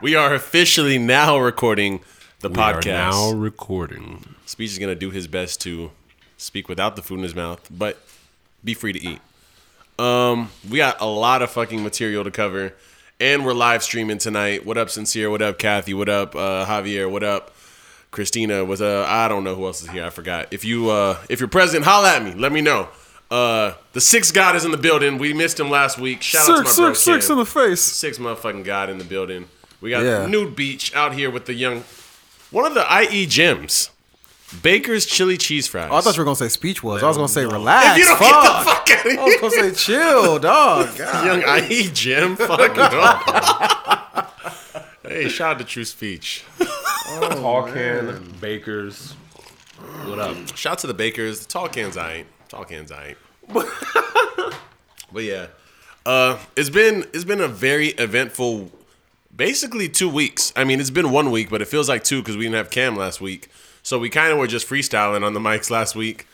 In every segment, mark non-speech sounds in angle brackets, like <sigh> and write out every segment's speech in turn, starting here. We are officially now recording the We are podcast. now recording. Speech is going to do his best to speak without the food in his mouth, but be free to eat. Um, we got a lot of fucking material to cover, and we're live streaming tonight. What up, Sincere? What up, Kathy? What up, uh, Javier? What up, Christina? What uh, I don't know who else is here. I forgot. If you uh, if you're present, holla at me. Let me know. Uh, the sixth god is in the building. We missed him last week. Shout out to my bro, Cam. face. six motherfucking god in the building. We got Yeah. Nude Beach out here with the young, one of the IE gems, Baker's Chili Cheese Fries. Oh, I thought you were gonna say speech was. I was gonna say relax. you don't fuck. get the fuck out of I was <laughs> here, gonna say chill, <laughs> dog. God. young IE gem. Fuck no. <laughs> hey, shout out to True Speech. Hawken, Bakers. What up? Shout out to the Bakers. The tall cans I ain't. Tall cans I ain't. but yeah, uh, it's been it's been a very eventful, basically two weeks. I mean, it's been one week, but it feels like two because we didn't have Cam last week, so we kind of were just freestyling on the mics last week.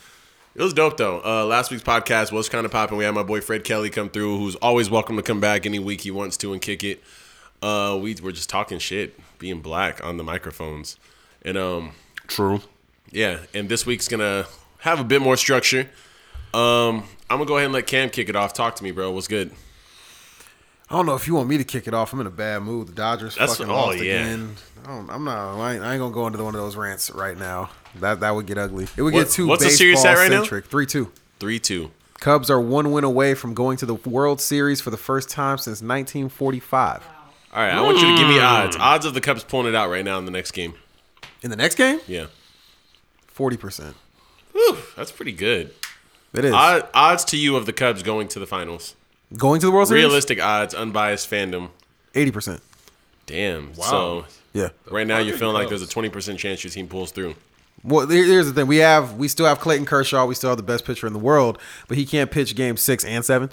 It was dope though. Uh, last week's podcast was kind of popping. We had my boy Fred Kelly come through, who's always welcome to come back any week he wants to and kick it. Uh, we were just talking shit, being black on the microphones, and um, True. yeah, and this week's gonna have a bit more structure. Um, I'm gonna go ahead and let Cam kick it off. Talk to me, bro. What's good? I don't know if you want me to kick it off. I'm in a bad mood. The Dodgers That's- fucking oh, lost yeah. again. I don't, I'm not. I ain't, I ain't gonna go into one of those rants right now. That that would get ugly. It would What- get too what's the baseball series at right now? centric. Three two. Three two. Cubs are one win away from going to the World Series for the first time since 1945. All right, I want you to give me odds. Odds of the Cubs pulling it out right now in the next game. In the next game, Yeah, forty percent. Whew, that's pretty good. It is Od- odds to you of the Cubs going to the finals. going to the World Series. Realistic odds, unbiased fandom. Eighty percent. Damn. Wow. So Yeah. right now you're Fucking feeling like Cubs. there's a 20% chance your team pulls through. Well, here- here's the thing: we have we still have Clayton Kershaw. We still have the best pitcher in the world, but he can't pitch Game Six and Seven.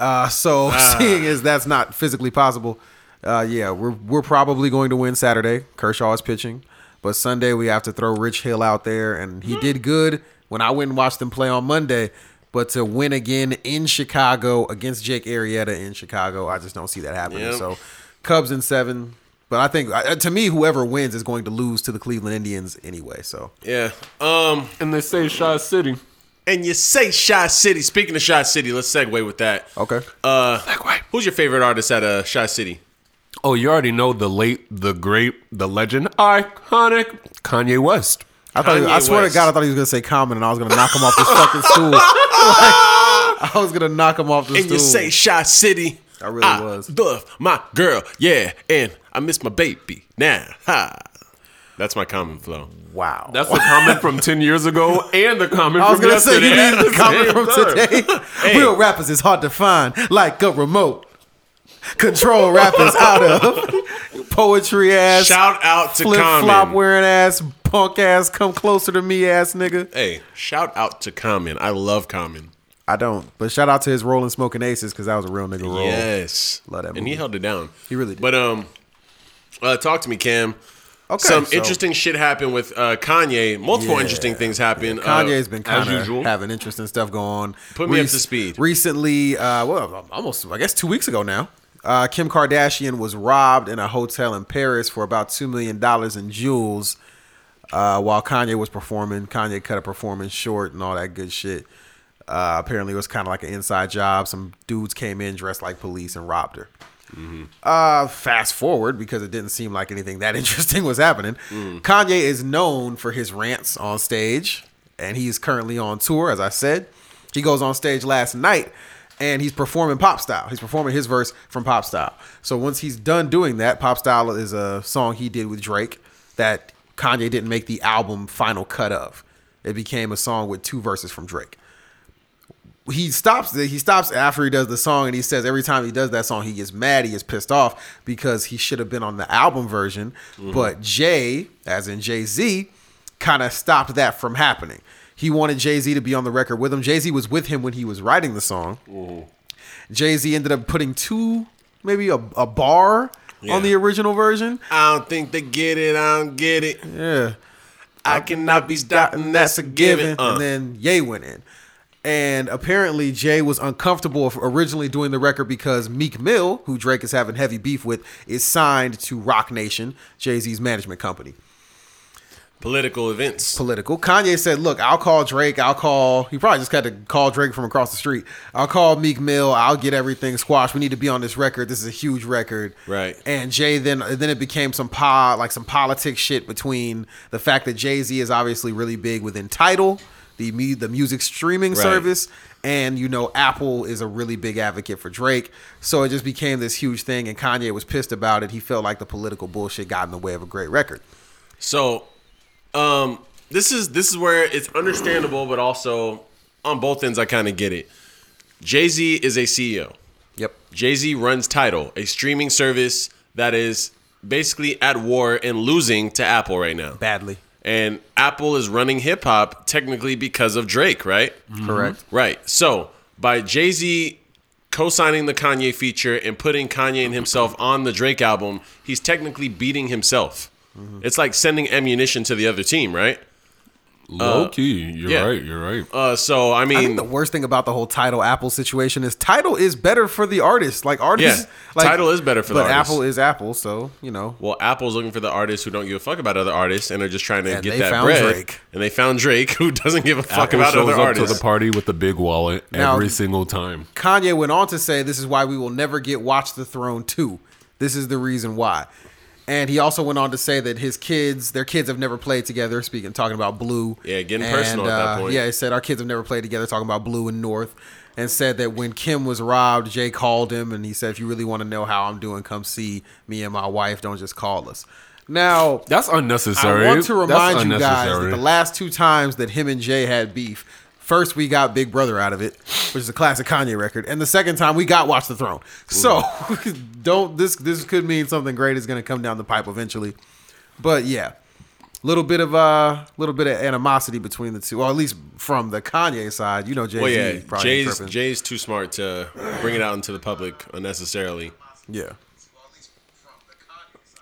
Uh, so <laughs> seeing as that's not physically possible, uh, yeah, we're we're probably going to win Saturday. Kershaw is pitching, but Sunday we have to throw Rich Hill out there, and he did good when I went and watched them play on Monday. But to win again in Chicago against Jake Arrieta in Chicago, I just don't see that happening. Yep. So Cubs in seven. But I think uh, to me, whoever wins is going to lose to the Cleveland Indians anyway. So Yeah. Um. And they say Shy City. And you say Shy City. Speaking of Shy City, let's segue with that. Okay. Uh, Segue. who's your favorite artist at uh, Shy City? Oh, you already know the late, the great, the legend, iconic Kanye West. I thought he- Kanye I swear West. to God, I thought he was gonna say common, and I was gonna knock him off this fucking stool. <laughs> Like, I was gonna knock him off the and stool. you say Shy City. I really was. Love my girl, yeah, and I miss my baby now. Ha. That's my common flow. wow. That's the comment from 10 years ago and the comment I was from gonna say yesterday. you at need the the comment same from time. today. Real rappers is hard to find, like a remote. Control rappers out of poetry ass, Shout out to flip flop Common. wearing ass, punk ass, come closer to me ass nigga. hey, shout out to Common. I love Common. I don't, but shout out to his rolling smoking aces because that was a real nigga roll. Yes, Oh. Love that and movie. he held it down. He really did. But um, uh, talk to me, Cam. Okay, Some so interesting shit happened with uh, Kanye. Multiple interesting things happened. Kanye's Uh, been as kind of usual. having interesting stuff going on. Put me up to speed. Recently, uh, well, almost I guess two weeks ago now, uh, Kim Kardashian was robbed in a hotel in Paris for about two million dollars in jewels. Uh, while Kanye was performing, Kanye cut a performance short and all that good shit. Uh, apparently, it was kind of like an inside job. Some dudes came in dressed like police and robbed her. Uh, fast forward because it didn't seem like anything that <laughs> interesting was happening. Kanye is known for his rants on stage, and he's currently on tour. As I said, he goes on stage last night, and he's performing pop style. He's performing his verse from pop style. So once he's done doing that, pop style is a song he did with Drake that Kanye didn't make the album final cut of. It became a song with two verses from Drake he stops he stops after he does the song and he says every time he does that song he gets mad he gets pissed off because he should have been on the album version but jay as in jay-z kind of stopped that from happening he wanted jay-z to be on the record with him jay-z was with him when he was writing the song jay-z ended up putting two maybe a, a bar Yeah. on the original version I don't think they get it. I don't get it. yeah I cannot be stopped, and that's a given. Uh, and then Ye went in. And apparently, Jay was uncomfortable of originally doing the record because Meek Mill, who Drake is having heavy beef with, is signed to Rock Nation, Jay Z's management company. Political events. Political. Kanye said, Look, I'll call Drake. I'll call. He probably just had to call Drake from across the street. I'll call Meek Mill. I'll get everything squashed. We need to be on this record. This is a huge record. Right. And Jay then then it became some pod like some politics shit between the fact that Jay Z is obviously really big within Title, the mu- the music streaming service, and you know Apple is a really big advocate for Drake. So it just became this huge thing, and Kanye was pissed about it. He felt like the political bullshit got in the way of a great record. So, um, this is this is where it's understandable, but also on both ends, I kind of get it. Jay Z is a CEO. Yep. Jay Z runs Title, a streaming service that is basically at war and losing to Apple right now. Badly. And Apple is running hip hop technically because of Drake, right? Mm-hmm. Correct. Right. So by Jay Z co signing the Kanye feature and putting Kanye and himself on the Drake album, he's technically beating himself. Mm-hmm. It's like sending ammunition to the other team, right? Low key, you're yeah. right. You're right. Uh, so I mean, I think the worst thing about the whole title Apple situation is title is better for the artist. Like artists, Yeah, like, Tidal is better for the but artist. Apple is Apple, so you know. well, Apple's looking for the artists who don't give a fuck about other artists and are just trying to And get they that found bread. Drake. And they found Drake, <laughs> who doesn't give a fuck Apple about shows other up to artists. the party with the big wallet Now- every single time. Kanye went on to say, "This is why we will never get Watch the Throne two. This is the reason why." And he also went on to say that his kids, their kids, have never played together. Speaking, talking about Blue. Yeah, getting And, personal at that uh, point. Yeah, he said our kids have never played together. Talking about Blue and North, and said that when Kim was robbed, Jay called him and he said, "If you really want to know how I'm doing, come see me and my wife. Don't just call us." Now That's unnecessary. I want to That's remind you guys that unnecessary. the last two times that him and Jay had beef, first we got Big Brother out of it, which is a classic Kanye record, and the second time we got Watch the Throne. So <laughs> don't this this could mean something great is going to come down the pipe eventually. But yeah, little bit of uh, little bit of animosity between the two, or at least from the Kanye side. You know, Jay Z well, yeah, probably ain't Jay's tripping. Jay's too smart to bring it out into the public unnecessarily. yeah.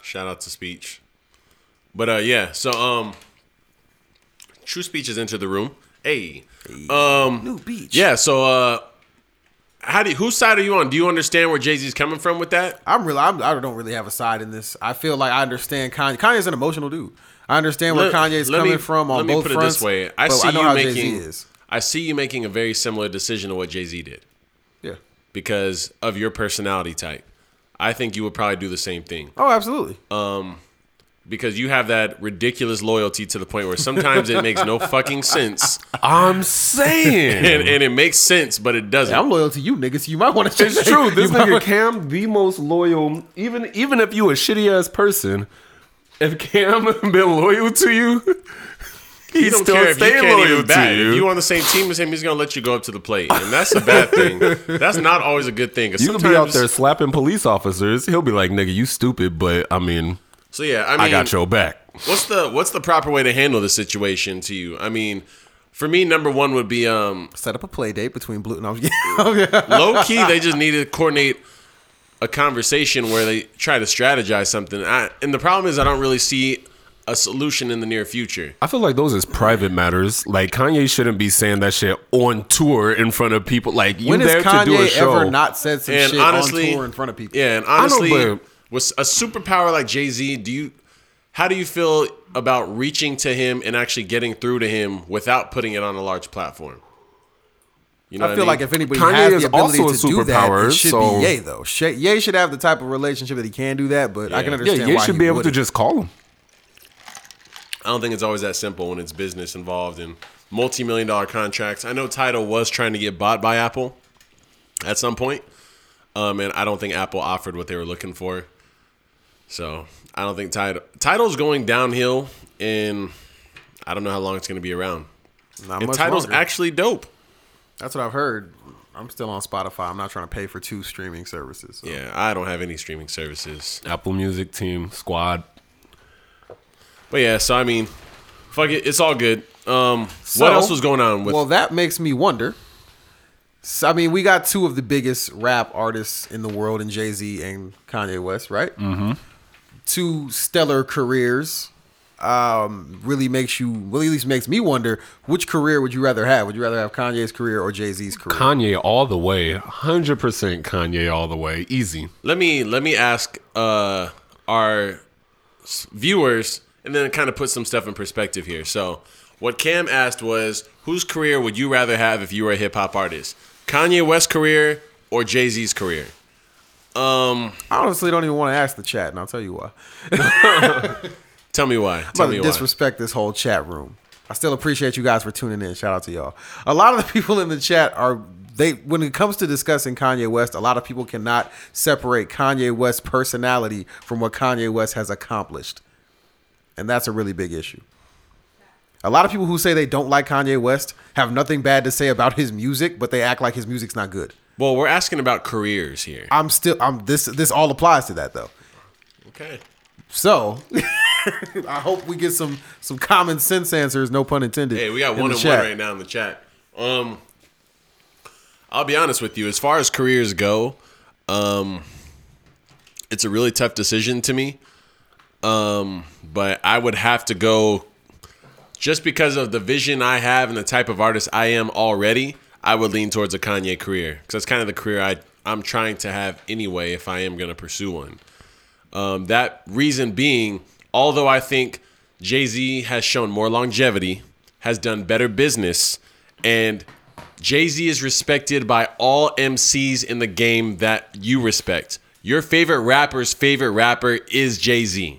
Shout out to Speech. But uh yeah, so um True Speech is into the room. Hey. New Beach. Yeah, so uh how do you, whose side are you on? Do you understand where Jay-Z's coming from with that? I'm really I'm, I don't really have a side in this. I feel like I understand Kanye. Kanye's an emotional dude. I understand where Let- Kanye's let me- coming from on let me both put fronts. it this way. I but see know you how Jay-Z making is. I see you making a very similar decision to what Jay-Z did Yeah. because of your personality type. I think you would probably do the same thing. Oh, absolutely. Uh, because you have that ridiculous loyalty to the point where sometimes it makes no fucking <laughs> sense I'm saying. and, and it makes sense but it doesn't I'm loyal to you, nigga. So you might <laughs> want to change. It's true. This nigga Cam, the most loyal. Even even if you a shitty ass person, if Cam <laughs> been loyal to you, he he's don't still care if you staying can't loyal even bat to if you you. on the same team as him he's gonna let you go up to the plate and that's a bad <laughs> thing that's not always a good thing 'cause You could be out sometimes- there slapping police officers. He'll be like, "Nigga, you stupid," but I mean, so yeah i mean I got your back. what's the what's the proper way to handle the situation to you i mean for me number one would be um Set up a play date between Blue and I. Yeah. low key, they just need to coordinate a conversation where they try to strategize something. I, and the problem is, I don't really see a solution in the near future. I feel like those is private matters. Like Kanye shouldn't be saying that shit on tour in front of people. Like you <laughs> When there has to do a Kanye show. ever not said some And shit honestly, on tour in front of people? yeah, and know, honestly, but- with a superpower like Jay Z, do you? How do you feel about reaching to him and actually getting through to him without putting it on a large platform? You know, I what feel mean? like if anybody Kanye has is the ability also a to do that, superpower, it should so- be Ye though. Shay- Ye should have the type of relationship that he can do that, but I Yeah. can Yeah, Yeah, understand. you why should he be able to wouldn't. just call him. I don't think it's always that simple when it's business involved and multi-million dollar contracts. I know Tidal was trying to get bought by Apple at some point, um, and I don't think Apple offered what they were looking for. So I don't think Tidal Tidal's going downhill, and I don't know how long it's going to be around. Not And much Tidal's longer. actually dope. That's what I've heard. I'm still on Spotify. I'm not trying to pay for two streaming services. so. Yeah, I don't have any streaming services, Apple Music team squad. but yeah. So I mean, fuck it, it's all good. Um, So- what else was going on with? Well, that makes me wonder. So, I mean, we got two of the biggest rap artists in the world, in Jay Z and Kanye West, right? Mm-hmm. Two stellar careers. um, really makes you, really at least makes me wonder which career would you rather have? Would you rather have Kanye's career or Jay Z's career? Kanye all the way, hundred percent Kanye all the way, easy. Let me let me ask uh, our s- viewers, and then kind of put some stuff in perspective here. So, what Cam asked was, whose career would you rather have if you were a hip hop artist? Kanye West's career or Jay Z's career? I honestly don't even want to ask the chat, and I'll tell you why. Tell me why. Tell I'm about me to why. disrespect this whole chat room. I still appreciate you guys for tuning in. Shout out to y'all. A lot of the <laughs> people in the chat are they when it comes to discussing Kanye West, a lot of people cannot separate Kanye West's personality from what Kanye West has accomplished. And that's a really big issue. A lot of people who say they don't like Kanye West have nothing bad to say about his music, but they act like his music's not good. well, we're asking about careers here. I'm still I'm this this all applies to that though. Okay. So <laughs> I hope we get some some common sense answers, no pun intended. Hey, we got in one the and chat. one right now in the chat. Um, I'll be honest with you. As far as careers go, um, it's a really tough decision to me. Um, but I would have to go just because of the vision I have and the type of artist I am already. I would lean towards a Kanye career because that's kind of the career I I'm trying to have anyway. If I am going to pursue one. Um, that reason being, although I think Jay Z has shown more longevity, has done better business, and Jay Z is respected by all MCs in the game that you respect. Your favorite rapper's favorite rapper is Jay Z.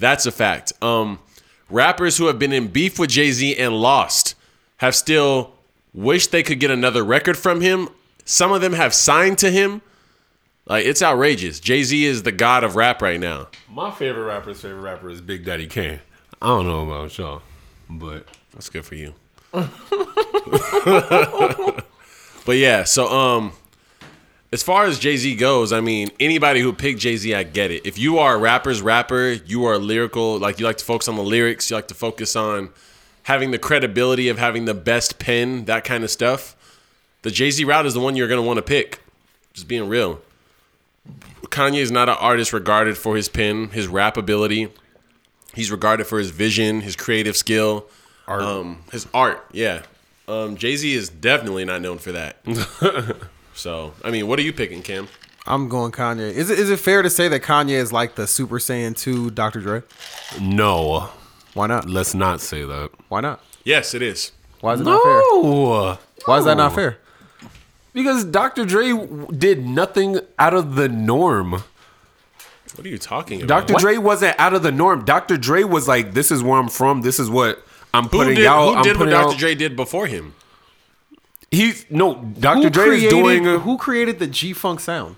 That's a fact. Um, rappers who have been in beef with Jay Z and lost have still wished they could get another record from him. Some of them have signed to him. Like it's outrageous. Jay Z is the god of rap right now. My favorite rapper's favorite rapper is Big Daddy Kane. I don't know about y'all, but That's good for you. <laughs> but yeah, so um as far as Jay-Z goes, I mean, anybody who picked Jay-Z, I get it. If you are a rapper's rapper, you are lyrical, like you like to focus on the lyrics, you like to focus on having the credibility of having the best pen, that kind of stuff. The Jay-Z route is the one you're going to want to pick. Just being real. Kanye is not an artist regarded for his pen, his rap ability. He's regarded for his vision, his creative skill. art. Um, his art, yeah. Um, Jay Z is definitely not known for that. <laughs> so, I mean, what are you picking, Cam? I'm going Kanye. Is it is it fair to say that Kanye is like the Super Saiyan 2 Dr. Dre? no, Why not? let's not say that. Why not? Yes, it is. Why is it not fair? No, Why is that not fair? Because Dr. Dre w- did nothing out of the norm. What are you talking about? Dr. Dre wasn't out of the norm. Dr. Dre was like, "This is where I'm from. This is what I'm who putting did, out." who I'm did what putting Dr. out. Dre did before him? He's no Dr. Who Dre is created- doing. who created the G Funk sound?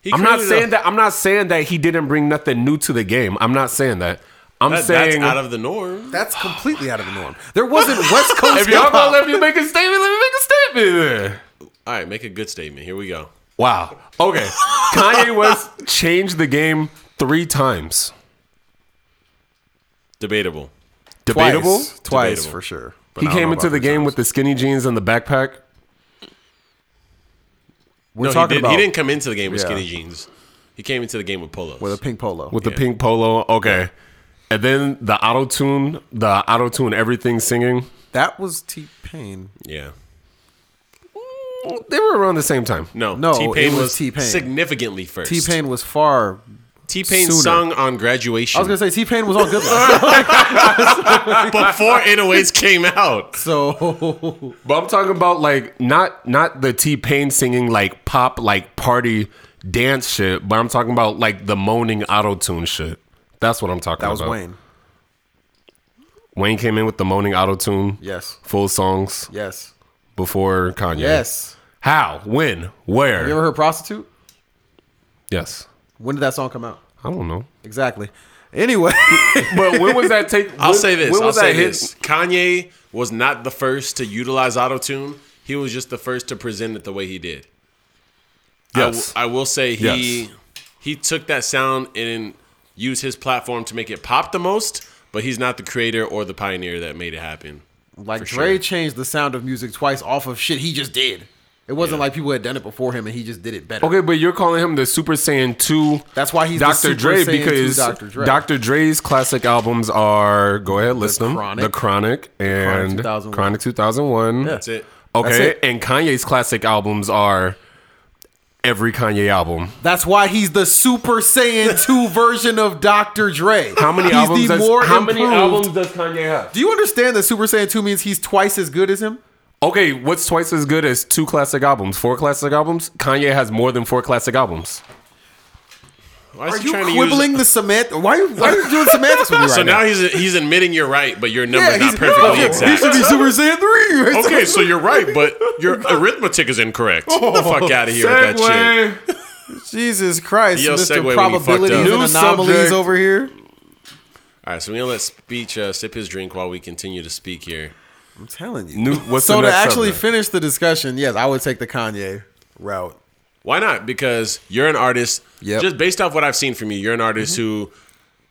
He I'm not created a- saying that. I'm not saying that he didn't bring nothing new to the game. I'm not saying that. I'm that- saying that's out of the norm. That's completely out of the norm. <laughs> There wasn't West Coast. if y'all hip-hop. gonna let me make a statement, let me make a statement. There. All right, make a good statement. Here we go. Wow. Okay. <laughs> Kanye West changed the game three times. Debatable. twice, Debatable. twice Debatable. for sure. But He I don't came know into about the three game times. with the skinny jeans and the backpack. We're no, he, talking did, about he didn't come into the game with Yeah. skinny jeans. He came into the game with pull-ups. with a pink polo. with the pink polo. Okay. And then the auto tune, the auto tune, everything singing. that was T Pain. yeah. They were around the same time. No, No, T-Pain it was was, T-Pain. significantly first. T Pain was far. T-Pain sooner. sung on graduation I was gonna say T Pain was on Good Life. <laughs> before 808s came out. <laughs> so But I'm talking about like not not the T Pain singing like pop like party dance shit, but I'm talking about like the moaning auto tune shit. That's what I'm talking that about. was Wayne. Wayne came in with the moaning auto tune. Yes. Full songs Yes. before Kanye. Yes. How? When? Where? You ever heard Prostitute? yes. When did that song come out? I don't know. Exactly. Anyway, But when was that <laughs> take? I'll when- say this. When I'll was say that hit? this. Kanye was not the first to utilize auto tune. He was just the first to present it the way he did. I w- Yes. I will say he Yes. he took that sound and used his platform to make it pop the most. But he's not the creator or the pioneer that made it happen. like For Dre sure. changed the sound of music twice off of shit he just did. It wasn't like people had done it before him and he just did it better. Okay, but you're calling him the Super Saiyan 2. That's why he's the Dr. Super Dre Saiyan 2 because Dr. Dre. Dre's classic albums are go ahead list them. Chronic. The Chronic and 2001. Chronic 2001. That's it. Okay, That's it. and Kanye's classic albums are every Kanye album. That's why he's the Super Saiyan 2 version of Dr. Dre. How many he's albums? The Does, more how many improved- albums does Kanye have? Do you understand that Super Saiyan 2 means he's twice as good as him? Okay, what's twice as good as two classic albums? Four classic albums? Kanye has more than four classic albums. Why is Are he you trying to use- quibbling the cement? Why, are you- why are you doing semantics with me right So now? now he's he's admitting you're right, but your number's not he's- perfectly no, He exact. should be Super Saiyan 3. Okay, so you're right, but your arithmetic is incorrect. Get the <laughs> fuck out of here with that shit. Jesus Christ, Yo, segue when Mr. you Probabilities fucked and up. Anomalies New subject. over here. All right, so we're gonna let Speech uh, sip his drink while we continue to speak here. I'm telling you. New, what's so the to next actually subject? finish the discussion, yes, I would take the Kanye route. Why not? Because you're an artist. Yep. Mm-hmm. Just based off what I've seen from you, you're an artist who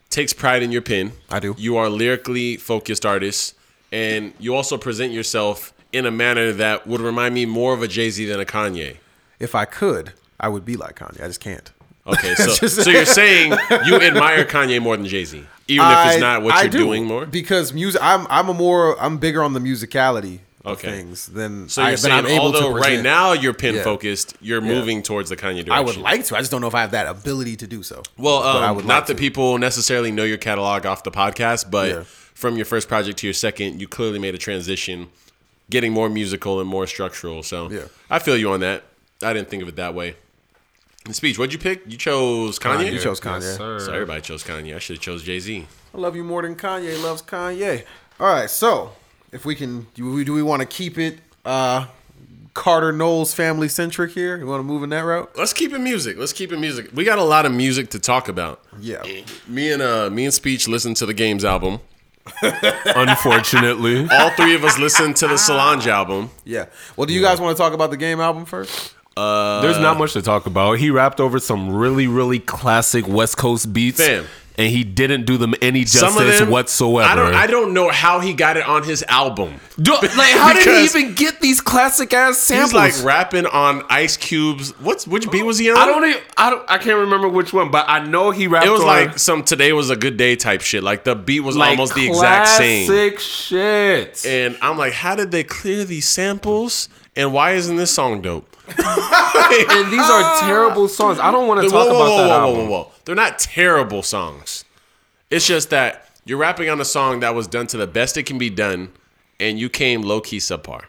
takes pride in your pen. I do. You are a lyrically focused artist, and you also present yourself in a manner that would remind me more of a Jay Z than a Kanye. If I could, I would be like Kanye. I just can't. Okay, so <laughs> so you're saying you admire Kanye more than Jay Z, even if I- it's not what I you're do, doing more. because music. I'm I'm a more I'm bigger on the musicality of Okay. things than So you're I, than saying, I'm able to although right present. now you're pin Yeah. focused, you're moving towards the Kanye direction. I would like to. I just don't know if I have that ability to do so. Well, um, I would not like that to. people necessarily know your catalog off the podcast, but Yeah. from your first project to your second, you clearly made a transition, getting more musical and more structural. So Yeah. I feel you on that. I didn't think of it that way. In speech, what'd you pick? You chose Kanye. you chose Kanye. So everybody chose Kanye. I should have chose Jay Z. I love you more than Kanye loves Kanye. All right, so if we can, do we, do we want to keep it uh, Carter Knowles family centric here? You want to move in that route? Let's keep it music. Let's keep it music. We got a lot of music to talk about. Yeah. Me and uh, me and Speech listened to the Games album. Unfortunately. All three of us listened to the Solange album. Yeah. Well, do you guys want to talk about the game album first? There's not much to talk about. He rapped over some really, really classic West Coast beats, Fam. and he didn't do them any justice whatsoever. I don't, I don't know how he got it on his album. Do- <laughs> like, how did he Because- even get these classic ass samples? He's like rapping on Ice Cube's. What's which beat was he on? I don't even. I don't. I can't remember which one, but I know he rapped. It was on, like some today was a good day type shit. Like the beat was like, almost the exact same. Classic shit. And I'm like, how did they clear these samples? And why isn't this song dope? Like, And these are terrible songs. I don't want to whoa, talk whoa, about whoa, that whoa, album. whoa, whoa! They're not terrible songs. It's just that you're rapping on a song that was done to the best it can be done, and you came low key subpar.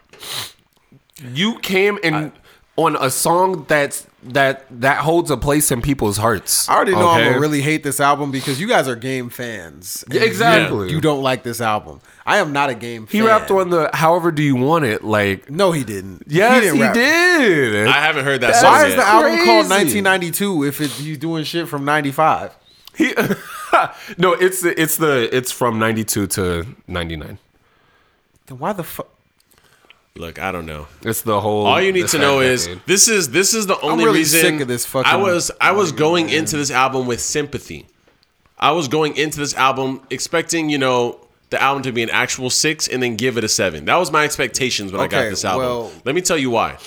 You came and on a song that's that that holds a place in people's hearts. I already know I'm okay? gonna really hate this album because you guys are game fans. and Yeah, exactly. You, you don't like this album. I am not a game. He fan. rapped on the "However Do You Want It" like. No, he didn't. Yes, he, didn't rap. did. I haven't heard that That's- song. Why is yet. the album called Crazy. 1992 if it's he's doing shit from 95? He, <laughs> no, it's the it's the it's from ninety two to ninety nine. Then why the fuck? Look, I don't know. It's the whole. All you need this to know whole is decade. this is this is the only really reason sick of this fucking- I was I was going into this album with sympathy. I was going into this album expecting, you know, the album to be an actual 6 and then give it a 7. That was my expectations when I got Okay, this album. well- Let me tell you why.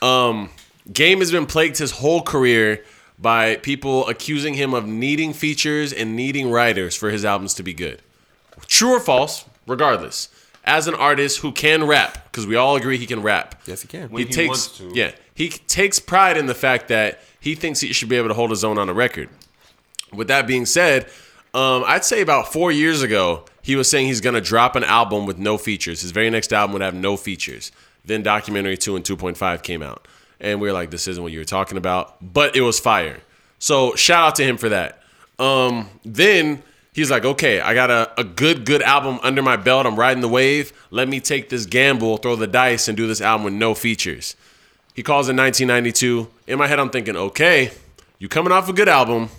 Um Game has been plagued his whole career by people accusing him of needing features and needing writers for his albums to be good true or false, regardless. As an artist who can rap, because we all agree he can rap. Yes, he can. He, he takes wants to. yeah, he c- takes pride in the fact that he thinks he should be able to hold his own on a record. With that being said, um, I'd say about four years ago he was saying he's gonna drop an album with no features. His very next album would have no features. Then documentary two and two point five came out, and we were like, "This isn't what you were talking about," but it was fire. So shout out to him for that. Um, then he's like, okay, I got a, a good, good album under my belt. I'm riding the wave. Let me take this gamble, throw the dice, and do this album with no features. He calls it 1992. In my head, I'm thinking, okay, you coming off a good album.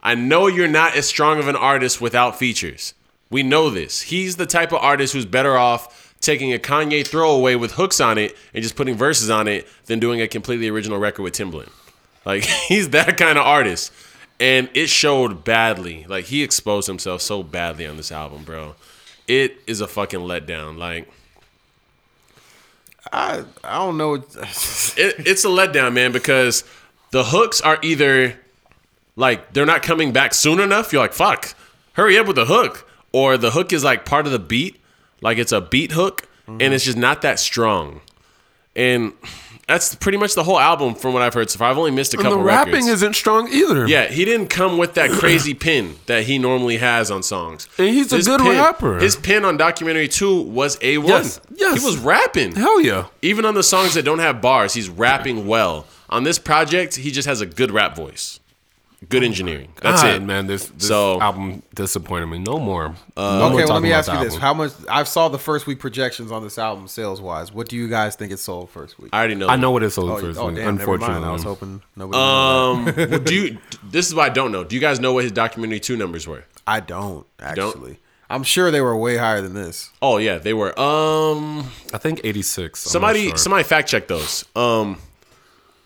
I know you're not as strong of an artist without features. We know this. He's the type of artist who's better off taking a Kanye throwaway with hooks on it and just putting verses on it than doing a completely original record with Timbaland. Like <laughs> he's that kind of artist. And it showed badly. Like he exposed himself so badly on this album, bro. It is a fucking letdown. Like I I don't know. what- It, it's a letdown, man, because the hooks are either like they're not coming back soon enough. You're like, fuck, hurry up with the hook, or the hook is like part of the beat, like it's a beat hook, Mm-hmm. and it's just not that strong. And that's pretty much the whole album from what I've heard so far. I've only missed a And couple the rapping records. isn't strong either. Yeah, he didn't come with that <clears throat> crazy pin that he normally has on songs. And he's a good pin- rapper. His pin on documentary two was a one. Yes, yes. He was rapping. Hell yeah. Even on the songs that don't have bars, he's rapping well. On this project, he just has a good rap voice. Good engineering. That's God, it, man. This, this So- Uh, album disappointed me. No more. no more okay, well, let talking me about ask the you this: album. How much? I saw the first week projections on this album sales wise. What do you guys think it sold first week? I already know. I know what it's sold oh, for. oh, damn! Never unfortunately, mind. I was hoping nobody. knew that. Um, well, do you? This is what I don't know. Do you guys know what his documentary two numbers were? I don't actually. I'm sure they were way higher than this. Oh yeah, they were. Um, I think eighty six. Somebody, somebody fact check those. Um,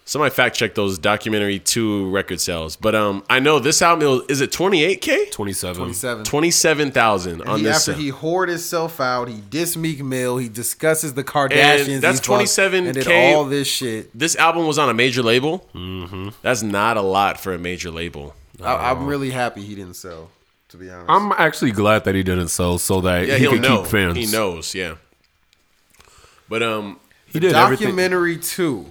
somebody fact check those documentary two record sales. But um, I know this album it was- is it twenty eight k, twenty seven. Seven. twenty seven thousand on He, this. after sale. he hoard himself out, he diss Meek Mill. He discusses the Kardashians. And that's he fucked, 27K And did all this shit. this album was on a major label. Mm-hmm. That's not a lot for a major label. I, I'm really happy he didn't sell. To be honest, I'm actually glad that he didn't sell so that Yeah, he he'll could know. keep fans. He knows. Yeah. But um, He did everything. documentary two.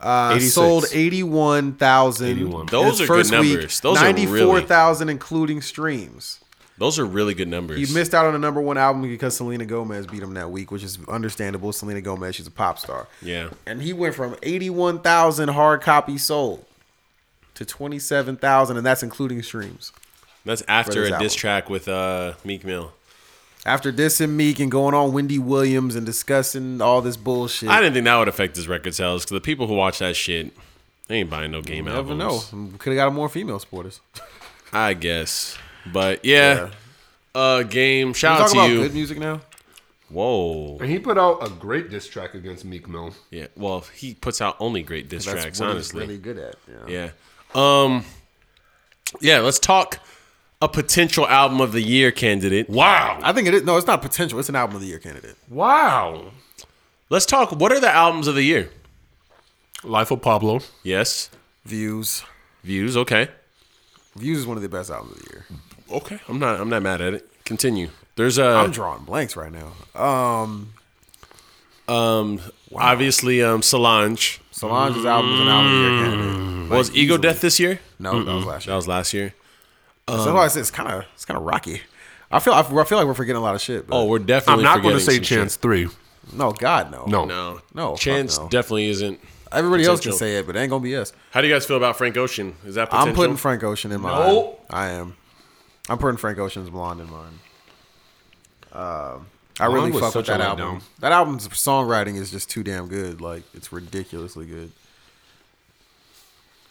Uh, sold 81,000. 81. Those in its are good first numbers. Week, Those are really- 94,000 including streams. those are really good numbers. He missed out on the number one album because Selena Gomez beat him that week, which is understandable. Selena Gomez, she's a pop star. Yeah. And he went from 81,000 hard copies sold to 27,000, and that's including streams. That's after a this diss album. track with uh Meek Mill. After dissing Meek and going on Wendy Williams and discussing all this bullshit. I didn't think that would affect his record sales because the people who watch that shit, they ain't buying no game never albums. know. Could have got more female supporters. I guess. But yeah. Uh game. Shout out Talk to about you. good music now. Whoa. And he put out a great diss track against Meek Mill. Yeah. Well, he puts out only great diss That's tracks, what honestly. he's really good at. you know? Yeah. Um Yeah, let's talk a potential album of the year candidate. Wow. I think it is. No, it's not potential. It's an album of the year candidate. Wow. Let's talk what are the albums of the year? Life of Pablo. Yes. Views. Views, okay. Views is one of the best albums of the year. Okay. I'm not I'm not mad at it. Continue. There's uh, a I'm drawing blanks right now. Um, obviously um Solange. Solange's album is an album of the year candidate. Like, was Ego easily. Death this year? No, that was last That year. was last year. so that's why I said it's kind of it's kind of rocky. I feel I feel I feel like we're forgetting a lot of shit. But Oh, oh we're I'm definitely not going to forgetting say some Chance Three. no, God no, No. shit. No. No, fuck Chance no. definitely isn't. Everybody else can Potential. say it, but it ain't gonna be us. How do you guys feel about Frank Ocean? Is that potential? I'm putting Frank Ocean in mine. No. I am. I'm putting Frank Ocean's Blonde in mine. Um, I really was fuck with such a that album. letdown. That album's songwriting is just too damn good. Like it's ridiculously good.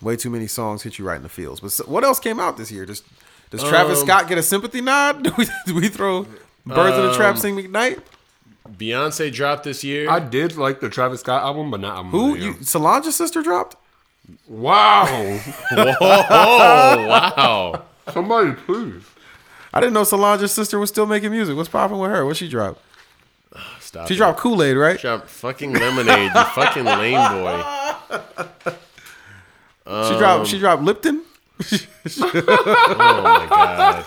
Way too many songs hit you right in the feels. But so, what else came out this year? Does Does Travis Um, Scott get a sympathy nod? <laughs> Do we, do we throw Birds of the Um, Trap Sing McKnight? Beyonce dropped this year. I did like the Travis Scott album, but not album Who of the year. you, Solange's sister dropped? Wow. <laughs> oh wow! Somebody please. I didn't know Solange's sister was still making music. What's popping with her? What she dropped? Stop. She it. dropped Kool Aid, right? Drop fucking lemonade. You fucking lame boy. Um, she dropped. She dropped Lipton. Oh my god.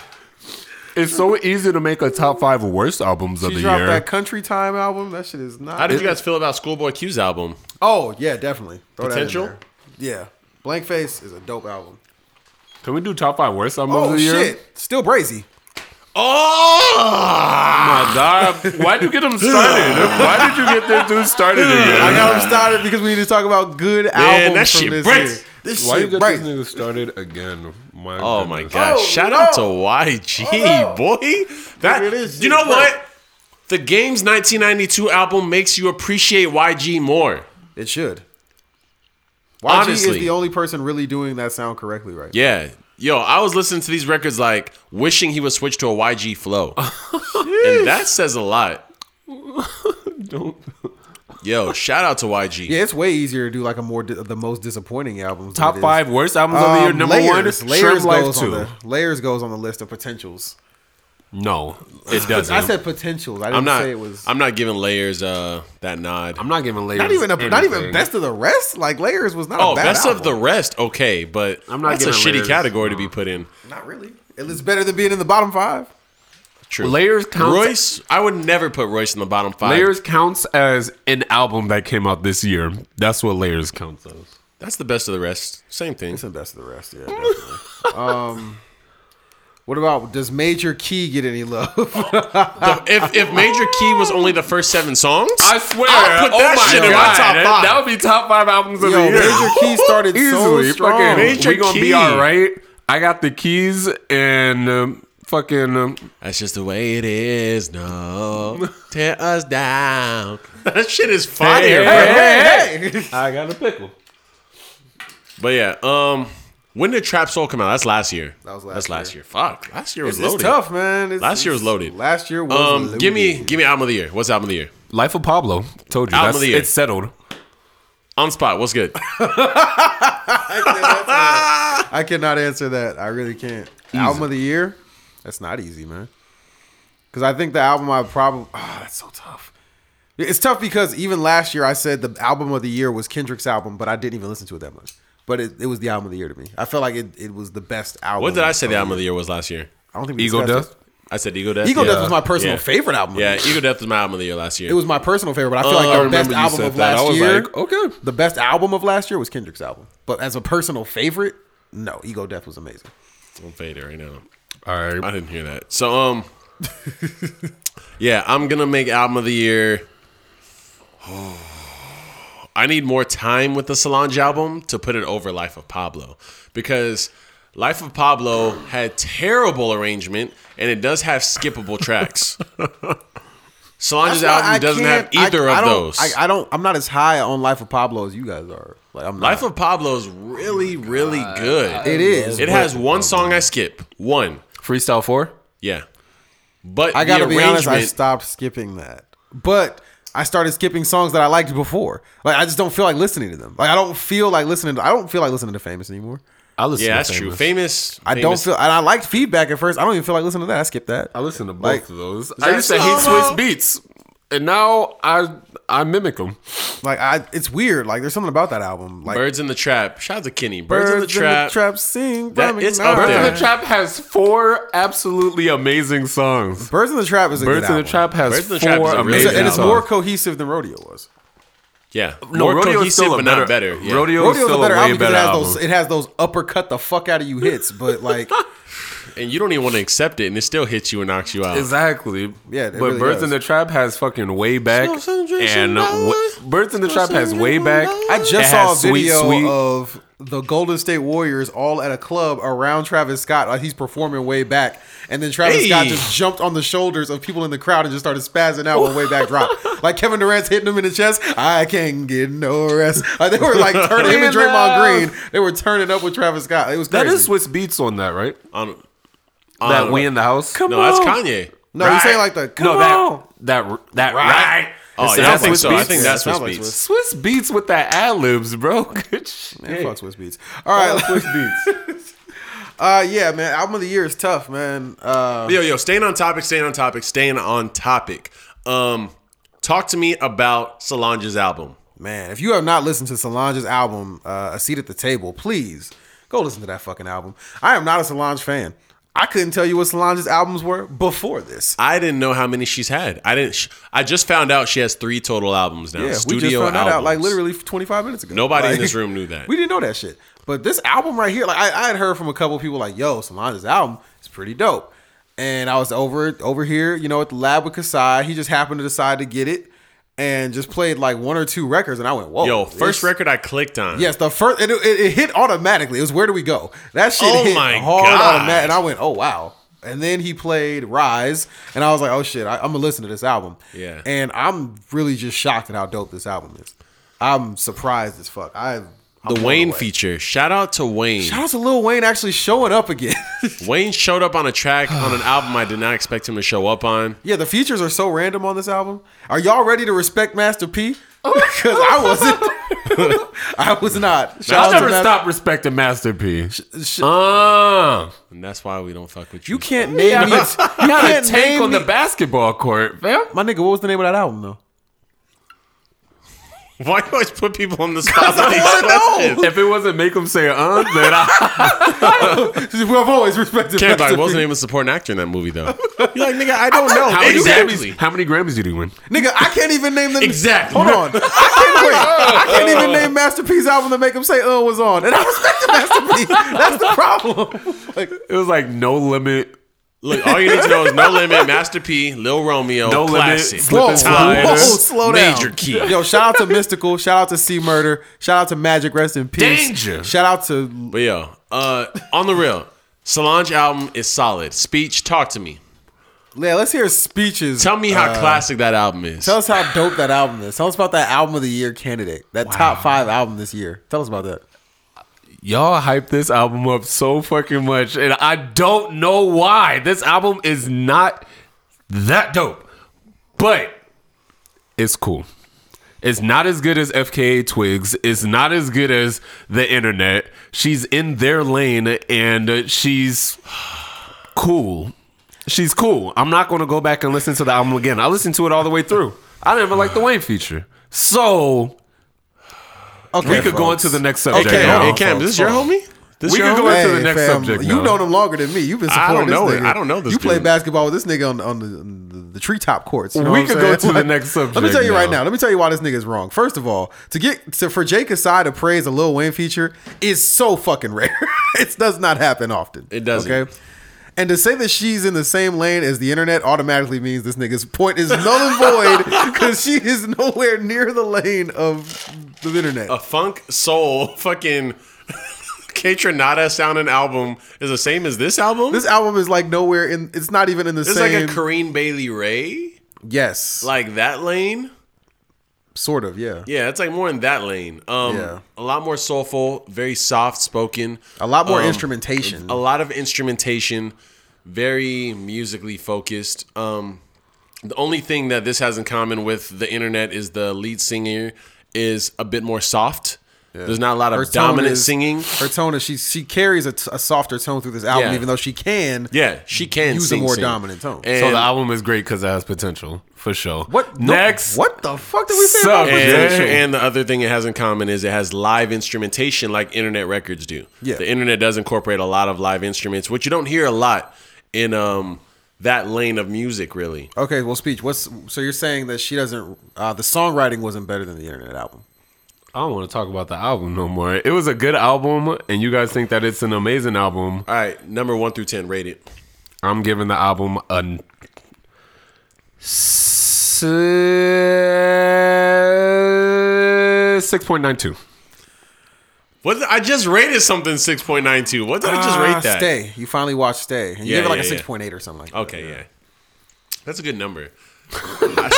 It's so easy to make a top five worst albums of She the dropped year. that Country Time album. That shit is not. How did you guys feel about Schoolboy Q's album? Oh yeah, definitely. Throw that in Potential? there. Yeah, Blank Face is a dope album. Can we do top five worst albums of Oh the year? <laughs> shit, still brazy. Oh! My God. Why'd you get him started? Why did you get that dude started <laughs> I again? got him started because we need to talk about good Man, albums that from shit this breaks. year. This Why you shit get breaks. this nigga started again? My Oh goodness. my god. Oh, Shout out to no. YG, Oh, no. boy. That Look at this You know shit, what? The Game's 1992 album makes you appreciate YG more. It should. YG Honestly. is the only person really doing that sound correctly right. now. Yeah. Yo, I was listening to these records like wishing he would switch to a YG <laughs> flow. and that says a lot. Yo, shout out to YG. Yeah, it's way easier to do like a more di- the most disappointing albums. than Top it is. five worst albums of the year. Um, Number layers, one, layers Shrimp Life goes on Two. the layers goes on the list of potentials. No, it doesn't. I said potential. I didn't I'm not. say it was. I'm not giving layers uh, that nod. I'm not giving layers. not even a, not even anything. best of the rest. Like layers was not. oh, a bad best of the album. rest, okay, but I'm not that's a giving shitty layers, category no. to be put in. Not really. It's better than being in the bottom five. True. Layers counts. Royce, I would never put Royce in the bottom five. Layers counts as an album that came out this year. That's what layers counts as. That's the best of the rest. Same thing. It's the best of the rest. Yeah, definitely. um, what about does Major Key get any <laughs> love? The- if if Major Key was only the first seven songs, I swear. I'll put that oh my shit in my God. top five. That would be top five albums of Yo, the year. Major Key started so Easily, strong. fucking, Major we gonna Key. be all right. I got the keys and um, fucking. Um, that's just the way it is. <laughs> No, tear us down. That shit is fire. bro. Hey, hey. I got a pickle. But yeah, um, when did Trap Soul come out? That's last year. That was That's last last year. Fuck, last year was It's, loaded. it's tough, man. It's- Last year was it's- loaded. Last year was Um, loaded. give me give me album of the year. What's album of the year? Life of Pablo. Told you. Album That's, of the year. It's settled. On spot. What's good? I cannot answer that. I really can't. Album of the year? That's not easy, man. Because I think the album I probably <sighs> ah, that's so tough. It's tough because even last year I said the album of the year was Kendrick's album, but I didn't even listen to it that much. But it, it was the album of the year to me. I felt like it, it was the best album. What did I say the year. album of the year was last year? I don't think we Ego discussed Death. I said Ego Death. it. Ego yeah. Death was my personal Yeah. favorite album. Yeah, Ego Death was my album of the year last year. it was my personal favorite, but I feel Uh, I oh. like the remember best you album said of that. I last was year. like, okay. the best album of last year was Kendrick's album, but as a personal favorite, no, Ego Death was amazing. I'm faded right now. All I right. didn't hear that. So um, <laughs> yeah, I'm gonna make album of the year. <sighs> I need more time with the Solange album to put it over Life of Pablo because Life of Pablo had terrible arrangement and it does have skippable <laughs> tracks. Solange's That's why album I doesn't have can't- I- either I of don't- those. I, I don't. I'm not as high on Life of Pablo as you guys are. Like I'm not. Life of Pablo is really, really good. Oh it is. It has one song I skip. One. Freestyle 4. Yeah. But I gotta the be honest. I arrangement- stopped skipping that, but I started skipping songs that I liked before. Like I just don't feel like listening to them. Like I don't feel like listening. To, I don't feel like listening to Famous anymore. I listen Yeah, to that's true. Famous. Famous. I don't Famous- feel. And I liked Feedback at first. I don't even feel like listening to that. I skipped that. I listen to both Like- of those. that I used to hate slow-mo? Swiss beats, and now I I mimic them. Like I, it's weird. Like there's something about that album. Like Birds in the Trap. Shout out to Kenny. Birds, in the Trap. trap sing. That- That, it's up there. Birds in the Trap has four absolutely amazing songs. Birds in the Trap is a Birds good in the album. Trap has Birds in the four Trap is a really It's amazing a- and it's songs. more cohesive than Rodeo was. Yeah. no, More Rodeo is cohesive, still a but better, not better. Yeah. Rodeo is Rodeo's still a better a way album because better it has album. those it has those uppercut the fuck out of you hits, <laughs> but like And you don't even want to accept it, and it still hits you and knocks you out. Exactly. Yeah, it but really Birds does. in the Trap has fucking way back, Smoke some drinks and and w- dollars. Birds in the Smoke Trap some has drinks way and back. dollars. I It just has saw a Sweet video Sweet. of the Golden State Warriors all at a club around Travis Scott. Like he's performing way back. And then Travis Hey. Scott just jumped on the shoulders of people in the crowd and just started spazzing out when way back <laughs> drop. Like Kevin Durant's hitting him in the chest. I can't get no rest. Like they were <laughs> like turning him and Draymond Enough. Green. They were turning up with Travis Scott. It was that crazy. is Swiss Beats on that, right? On- that on- We in the House. Come Uh, No, that's Kanye. no, you're saying like the no, Come that on. that that Right. right. Oh, It's- yeah, I that's think Swiss so. I Beats. think Yeah, that's it sounds Swiss like Beats. Swiss Beats with that ad libs, bro. <laughs> Good shit. Man, fuck Swiss Beats. All right, Swiss Beats. <laughs> Uh, yeah, man. Album of the year is tough, man. Uh, Yo, yo, staying on topic, staying on topic, staying on topic. Um, talk to me about Solange's album. man, if you have not listened to Solange's album, uh, A Seat at the Table, please go listen to that fucking album. I am not a Solange fan. I couldn't tell you what Solange's albums were before this. I didn't know how many she's had. I didn't. sh- I just found out she has three total albums now. Yeah, Studio we just found that albums. out like literally 25 minutes ago. Nobody Like, in this room knew that. <laughs> We didn't know that shit. But this album right here, like I, I had heard from a couple people, like, "Yo, Solange's album is pretty dope." And I was over over here, you know, at the lab with Kasai. He just happened to decide to get it and just played like one or two records, and I went, "Whoa!" Yo, first this- record I clicked on. Yes, the first it, it, it hit automatically. It was where do we go? That shit Oh hit my hard God. automatic, and I went, "Oh wow!" And then he played Rise, and I was like, "Oh shit, I, I'm gonna listen to this album." Yeah. and I'm really just shocked at how dope this album is. I'm surprised as fuck. I the Wayne feature. Shout out to Wayne. Shout out to Lil Wayne actually showing up again. <laughs> Wayne showed up on a track on <sighs> an album I did not expect him to show up on. yeah, the features are so random on this album. Are y'all ready to respect Master P? <laughs> Because I wasn't. <laughs> I was not. I'll Shout out never to Master- stop respecting Master P. Ah, And that's why we don't fuck with you. You can't name me. You got can't a tank name on me- the basketball court, fam. My nigga, what was the name of that album <laughs> though? <laughs> Why you always put people <laughs> on the spot with these wanna know. questions? If it wasn't make him say uh, then I, We've always respected. Can't like Master wasn't <laughs> P. even a supporting actor in that movie though. <laughs> You're like nigga, I <laughs> don't know how many exactly. Grammys? How many Grammys did he win? Nigga, I can't even name the Exactly. Hold on, I can't wait. I can't even name Master P's album to make him say "uh" was on, and I respect the Master P. That's the problem. Like, It was like no limit. Look, all you need to know is No Limit, Master P, Lil Romeo, No Limit, classic, Slip whoa, and Slide. whoa, slow down. Major key. Yo, shout out to Mystical. Shout out to C Murder. Shout out to Magic. Rest in peace. Danger. Shout out to But yo, uh, on the real, Solange album is solid. Speech, talk to me. yeah. Let's hear speeches. Tell me how classic that album is. Uh, Tell us how dope that album is. Tell us about that album of the year candidate. That top five album this year. Tell us about that. Y'all hype this album up so fucking much, and I don't know why. This album is not that dope, but it's cool. It's not as good as FKA Twigs. It's not as good as the internet. She's in their lane and uh, she's cool. She's cool. I'm not going to go back and listen to the album again. I listened to it all the way through. I didn't even like the Wayne feature. So Okay, we could go folks. into the next subject. Hey, Okay, Cam, now. hey, hold on, Cam, is this your folks. homie? This We your can go homie? into- to the next subject You now. known him longer than me. You've been I don't supporting know this it. nigga. I don't know this You played dude. basketball with this nigga on, on the, on the, the treetop courts. you know We what I'm could go saying? to the next Let me subject tell you right now. now. Let me tell you why this nigga is wrong. First of all, to get to for Jake Asai to praise a Lil Wayne feature is so fucking rare. <laughs> it does not happen often. It doesn't. And to say that she's in the same lane as the internet automatically means this nigga's point is null and void because she is nowhere near the lane of the internet. A funk soul <laughs> fucking K Tronada sounding album is the same as this album. This album is like nowhere in. It's not even in the It's like same. a Kareem Bailey Ray, yes, like that lane. sort of. Yeah. Yeah, it's like more in that lane. Um, Yeah. a lot more soulful, very soft spoken. a lot more Um, instrumentation. a lot of instrumentation, very musically focused. Um, the only thing that this has in common with the internet is the lead singer is a bit more soft. There's not a lot of Her tone dominant is- singing. Her tone is she she carries a, t- a softer tone through this album, Yeah. even though she can. Yeah, she can Use a sing, more sing. dominant tone. And, So the album is great because it has potential for sure. What next? The, what the fuck did we say about Suck. this? and, Yeah. and the other thing it has in common is it has live instrumentation like internet records do. Yeah. The internet does incorporate a lot of live instruments, which you don't hear a lot in um that lane of music really. Okay, well, speech. What's so you're saying that she doesn't? Uh, the songwriting wasn't better than the internet album. I don't want to talk about the album no more. It was a good album, and you guys think that it's an amazing album. All right, number 1 through 10 rate it. I'm giving the album a six point nine two. What did- I just rated something six point nine two. What did I just Ah, rate that? Stay. You finally watched Stay, and you Yeah, gave it like yeah, a yeah. six point eight or something. like that. Okay, yeah, that's a good number.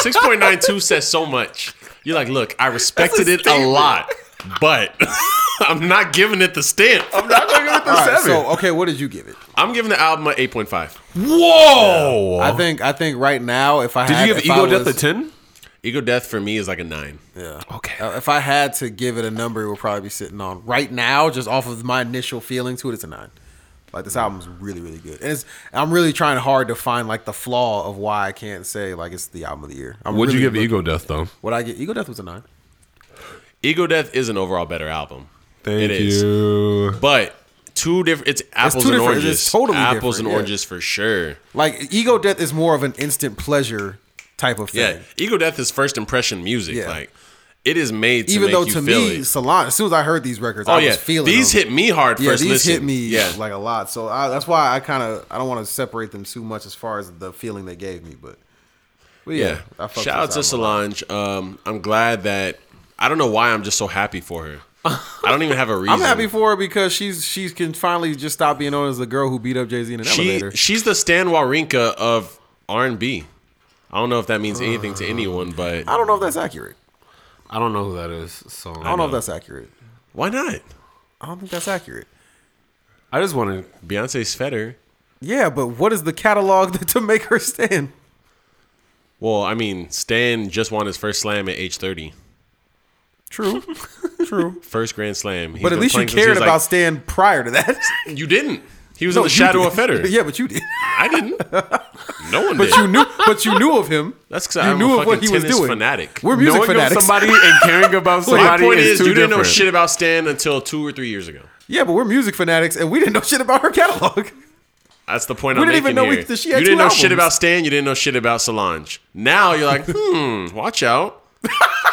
six point nine two says so much. You're like, look, I respected it a lot, but <laughs> I'm not giving it the stamp. I'm, All right, seven. so okay, what did you give it? giving the album an eight point five. Whoa! Uh-huh. I think I think right now, if I Did had, you give if I Ego was, Death a ten? Ego Death for me is like a nine. Yeah. Okay. Uh, if I had to give it a number, it would probably be sitting on right now, just off of my initial feeling to it. It's a nine. Like this album's really, really good, and it's, I'm really trying hard to find like the flaw of why I can't say like it's the album of the year. I'm What'd you really give Ego look- Death though? What I get? Ego Death was a nine. Ego Death is an overall better album. Thank It is. you. But two different. It's apples two and different- it's oranges. totally apples different, and yeah. oranges for sure. Like Ego Death is more of an instant pleasure type of Yeah, thing. Ego Death is first impression music. Yeah. Like it is made to Even make though you to feel me, it. Salon, as soon as I heard these records, Oh I yeah, was feeling these them. hit me hard. Yeah, first these listen. hit me Yeah, like a lot. So I, that's why I kind of I don't want to separate them too much as far as the feeling they gave me, but. but yeah. I Shout fucked with out to this album a lot. Solange. Um, I'm glad that I don't know why I'm just so happy for her. I don't even have a reason. <laughs> I'm happy for her because she's she can finally just stop being known as the girl who beat up Jay Z in an she. elevator. She's the Stan Wawrinka of R&B. I don't know if that means anything <sighs> to anyone, but I don't know if that's accurate. I don't know who that is. So I don't know if that's accurate. Why not? I don't think that's accurate. I just want to. Beyonce's fatter. Yeah, but what is the catalog <laughs> to make her stand? Well, I mean, Stan just won his first slam at age 30. <laughs> True, true. First Grand Slam. He's But at been least you playing since he cared was, about Stan prior <laughs> to that. Like, you didn't. He was in you the shadow did. of Federer. <laughs> yeah, but <laughs> you did. I didn't. <laughs> No one But did. you knew. But you knew of him. That's because you I'm knew a of what fucking he was tennis doing. fanatic. We're music knowing of fanatics. somebody and caring <laughs> about My somebody point is, is, too you didn't know different. shit about Stan until two or three years ago. Yeah, but we're music fanatics, and we didn't know <laughs> shit about her catalog. That's the point We I'm didn't making even know we- here. that she you had didn't two know shit albums. about Stan. You didn't know shit about Solange. Now you're like, hmm, watch out.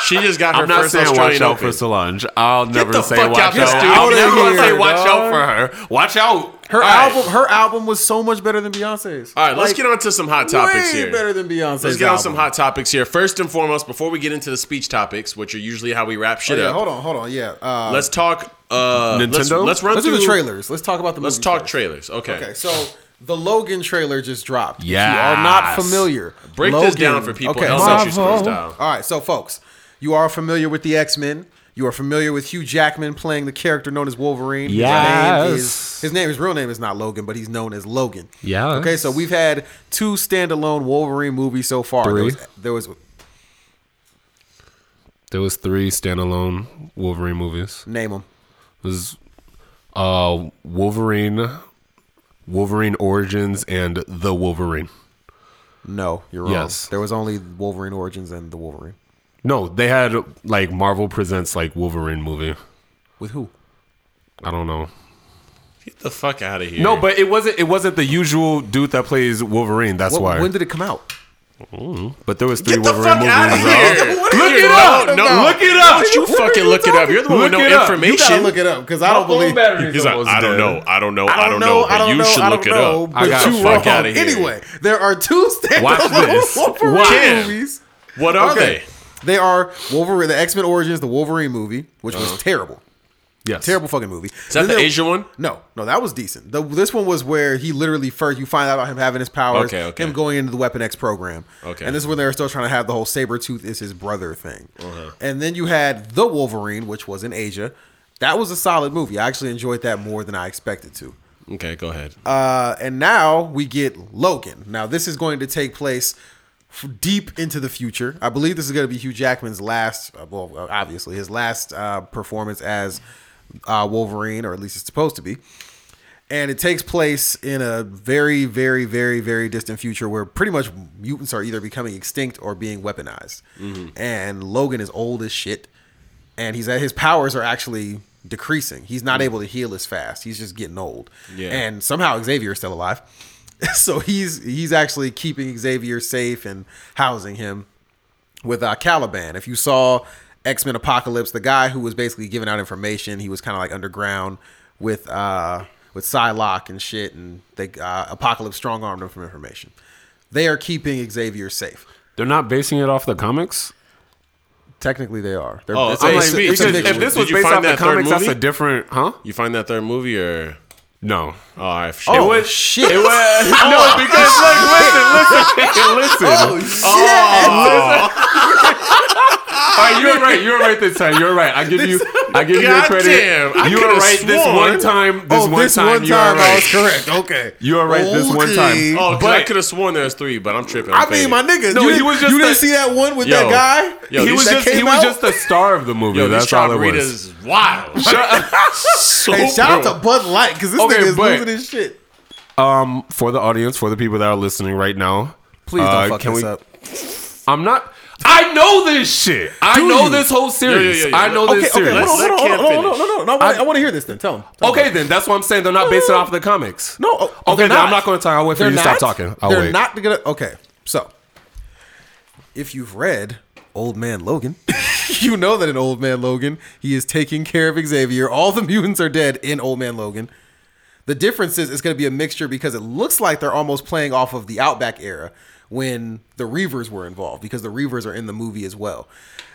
She just <laughs> got her I'm not first saying Australian watch out Open. for Solange. I'll never the say fuck watch out out. this studio. I'll Get never outta gonna say here, watch dog. out for her. Watch out. Her All right. album, her album was so much better than Beyonce's. All right, let's get on to some hot topics way here. better than Beyonce's. Let's get on album. some hot topics here. First and foremost, before we get into the speech topics, which are usually how we wrap shit Yeah, up, hold on, hold on. Yeah, uh, let's talk. Uh, Let's, Nintendo? let's run let's through do the trailers. Let's talk about the. Let's movies talk first. trailers. Okay. Okay, so the Logan trailer just dropped. If you Yes. are not familiar. Break this Logan- down for people Okay, else hold on. that you're supposed to. know. All right, so folks, you are familiar with the X Men. You are familiar with Hugh Jackman playing the character known as Wolverine. His name is Yes. his name, his real name is not Logan, but he's known as Logan. Yes. Okay, so we've had two standalone Wolverine movies so far. Three. There was, there was There was three standalone Wolverine movies. name them. was uh Wolverine, Wolverine Origins, and the Wolverine. No, you're wrong. Yes. There was only Wolverine Origins and the Wolverine. No, they had like Marvel presents like Wolverine movie. With who? I don't know. Get the fuck out of here. No, but it wasn't. It wasn't the usual dude that plays Wolverine. That's What, why. when did it come out? but there was three Get the Wolverine fuck movies. out of bro. here! What are look you it up! talking No, about? look it up! What Don't you the fuck are fucking you look it up. talking- You're the one with Look no it up. You You gotta information. look it up because I don't believe. He's like, I don't know, I don't know, I don't know. But you should look it up. I got But you the wrong. fuck outta here. Anyway, there are two Watch this. standalone Wolverine Watch. movies. What are they? They are Wolverine, the X Men Origins, the Wolverine movie, which Uh-huh. was terrible, Yes. terrible fucking movie. Is that the Asian one? No, no, that was decent. The, this one was where he literally first you find out about him having his powers, Okay, okay. him going into the Weapon X program, Okay. and this is when they're still trying to have the whole Sabretooth is his brother thing. Uh-huh. And then you had the Wolverine, which was in Asia. That was a solid movie. I actually enjoyed that more than I expected to. Okay, go ahead. Uh, and now we get Logan. Now this is going to take place f- deep into the future. I believe this is going to be Hugh Jackman's last, uh, well, uh, obviously his last uh, performance as uh, Wolverine, or at least it's supposed to be. And it takes place in a very, very, very, very distant future where pretty much mutants are either becoming extinct or being weaponized. And Logan is old as shit, and he's at his powers are actually decreasing. He's not able to heal as fast. He's just getting old. Yeah. And and somehow Xavier is still alive. <laughs> So he's he's actually keeping Xavier safe and housing him with uh, Caliban. If you saw X Men Apocalypse, the guy who was basically giving out information, he was kind of like underground with uh, with Psylocke and shit, and they uh, Apocalypse strong armed him from information. They are keeping Xavier safe. They're not basing it off the comics. Technically, they are. They're, Oh, it's I'm a- like, it's a- because it's a if fiction. this- Did you find that third that's a movie? different, huh? You find that third movie or? No. Oh, all right, shit. oh, Oh, <laughs> shit. no, because <laughs> like, listen, listen, listen. Oh, shit. All right, you're right. You're right this time. You're right. I give you. I give you your credit. Goddamn, I you were could've right this sworn. one time. This Oh, one time. you are I was right. correct. Okay. You are right this one time. oh 'cause I but- could have sworn there was three, but I'm tripping. I'm I mean, my faded. nigga. No, you, he didn't- was just you a- didn't see that one with Yo. that guy. Yo, he was that just. He came was out? just the star of the movie. Yo, these That's all it was. margaritas wild. So Hey, shout good. out to Bud Light because this Okay, nigga is but- losing his shit. Um, for the audience, for the people that are listening right now, Please don't uh, fuck can this we- up. I'm not. I know this shit. I Do know you? this whole series. yeah, yeah. I know this Okay, okay, series. hold on, Let hold on, Cam hold on, hold on, finish. no, no, no. I want to hear this then. Tell him. Tell him. Okay, then that's what I'm saying. They're not basing it off the comics. No, oh, Okay, they're then I'm not. not going to talk. I'll wait for They're you to not- stop talking. I'll they're wait. not gonna. Okay, so if you've read Old Man Logan, <laughs> you know that in Old Man Logan, he is taking care of Xavier. All the <laughs> mutants are dead in Old Man Logan. The difference is it's going to be a mixture because it looks like they're almost playing off of the Outback era when the Reavers were involved because the Reavers are in the movie as well.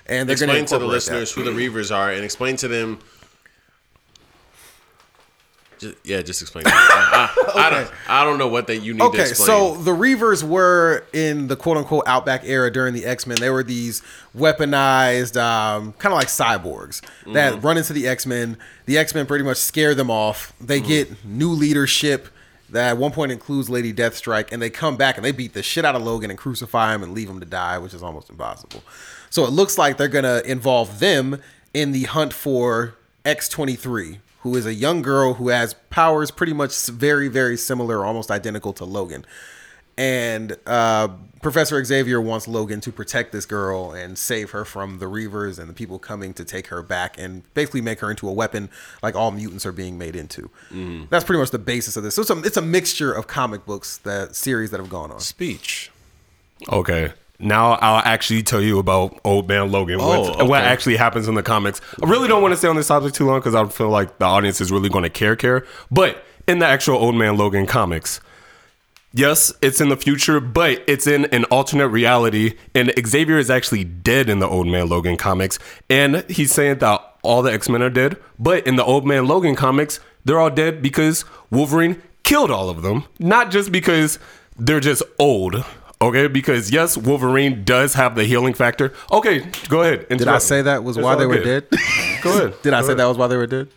And they're explain going to the incorporate that. listeners who the Reavers are and explain to them Just, yeah, just explain. That. <laughs> I, I- I don't. I don't know what that you need to Okay, explain. so the Reavers were in the quote unquote Outback era during the X Men. They were these weaponized, um, kind of like cyborgs Mm-hmm. that run into the X Men. The X Men pretty much scare them off. They Mm-hmm. get new leadership that at one point includes Lady Deathstrike, and they come back and they beat the shit out of Logan and crucify him and leave him to die, which is almost impossible. So it looks like they're going to involve them in the hunt for X23, who is a young girl who has powers pretty much very, very similar, almost identical to Logan. And uh, Professor Xavier wants Logan to protect this girl and save her from the Reavers and the people coming to take her back and basically make her into a weapon like all mutants are being made into. Mm. That's pretty much the basis of this. So it's a, it's a mixture of comic books, that series that have gone on. speech. Okay. Now I'll actually tell you about Old Man Logan. what, Oh, what okay. actually happens in the comics. I really don't want to stay on this topic too long because I feel like the audience is really going to care, care. But in the actual Old Man Logan comics, yes, it's in the future, but it's in an alternate reality, and Xavier is actually dead in the Old Man Logan comics, and he's saying that all the X Men are dead. But in the Old Man Logan comics, they're all dead because Wolverine killed all of them, not just because they're just old. Okay, because yes, Wolverine does have the healing factor. Okay, go ahead. Did I say that was It's why all they were good. dead? <laughs> Go ahead. Did I Go say ahead. that was why they were dead?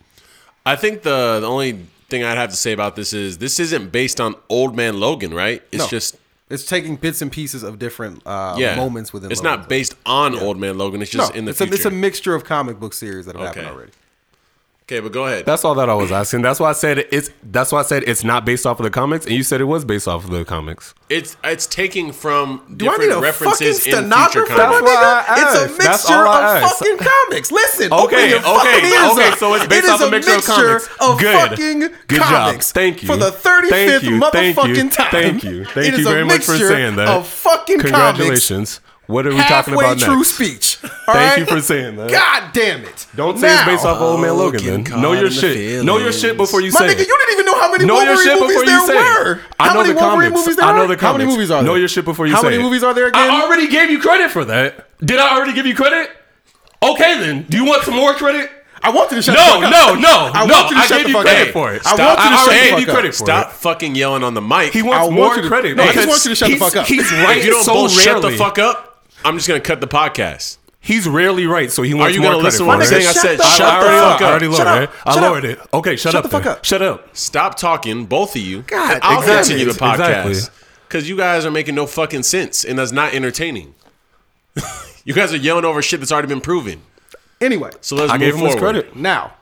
I think the the only thing I'd have to say about this is this isn't based on Old Man Logan, right? It's No. just It's taking bits and pieces of different uh, yeah moments within. It's Logan's not based on Old Man Logan. It's life. just No, in the it's future. A, it's a mixture of comic book series that have happened Okay. already. okay, but go ahead. That's all that I was asking. That's why I said it's. That's why I said it's not based off of the comics, and you said it was based off of the comics. It's it's taking from Do I need different a references fucking in future stenographer? That's comics. what I nigga? it's a asked. mixture That's all I of asked. fucking comics. Listen, Okay, open your okay, fucking ears okay, up. so it's based It off is a mixture of comics. of Good. fucking Good job. comics. Thank you. for the Thank thirty fifth you. Thank you. motherfucking time. Thank you. Thank <laughs> It you is a very much for mixture saying that. Of fucking comics. Congratulations. What are we talking Halfway about true next? speech. <laughs> Thank you for saying that. God damn it! Don't say it's based off of Old Man Logan. Getting Then know caught your in the shit. Know your shit feelings. before you My say nigga, it. you didn't even know how many Know your Wolverine shit movies before there you say were. it. I how know many the Wolverine comics. movies there I know are? the comics. How many movies are there? Know your shit before you How say many it. Uh, movies are there again? I already gave you credit for that. Did I already give you credit? Okay then. Do you want some more credit? I want you to shut No, the fuck up. no, no, I no. want you to I shut gave the you fuck credit up. for it. I Stop. want you to I shut already the gave fuck you up. credit for Stop fucking yelling on the mic. it. He I wants want more you to- credit. No, I just because want you to shut the he's- fuck up. He's right. if you don't so both shut the rarely. fuck up, I'm just gonna cut the podcast. He's rarely right, so he Are wants you more gonna credit listen to for what I'm it. saying? I Shut said the I shut fuck the already, fuck I up. already lowered Shut it. up. I Shut lowered up. it. Okay, shut Shut up. the fuck then. up. Shut up. Stop talking, both of you. God, and I'll exactly. continue the podcast Exactly. because you guys are making no fucking sense, and that's not entertaining. <laughs> you guys are yelling over shit that's already been proven. Anyway, So let's I move gave him forward. his credit. now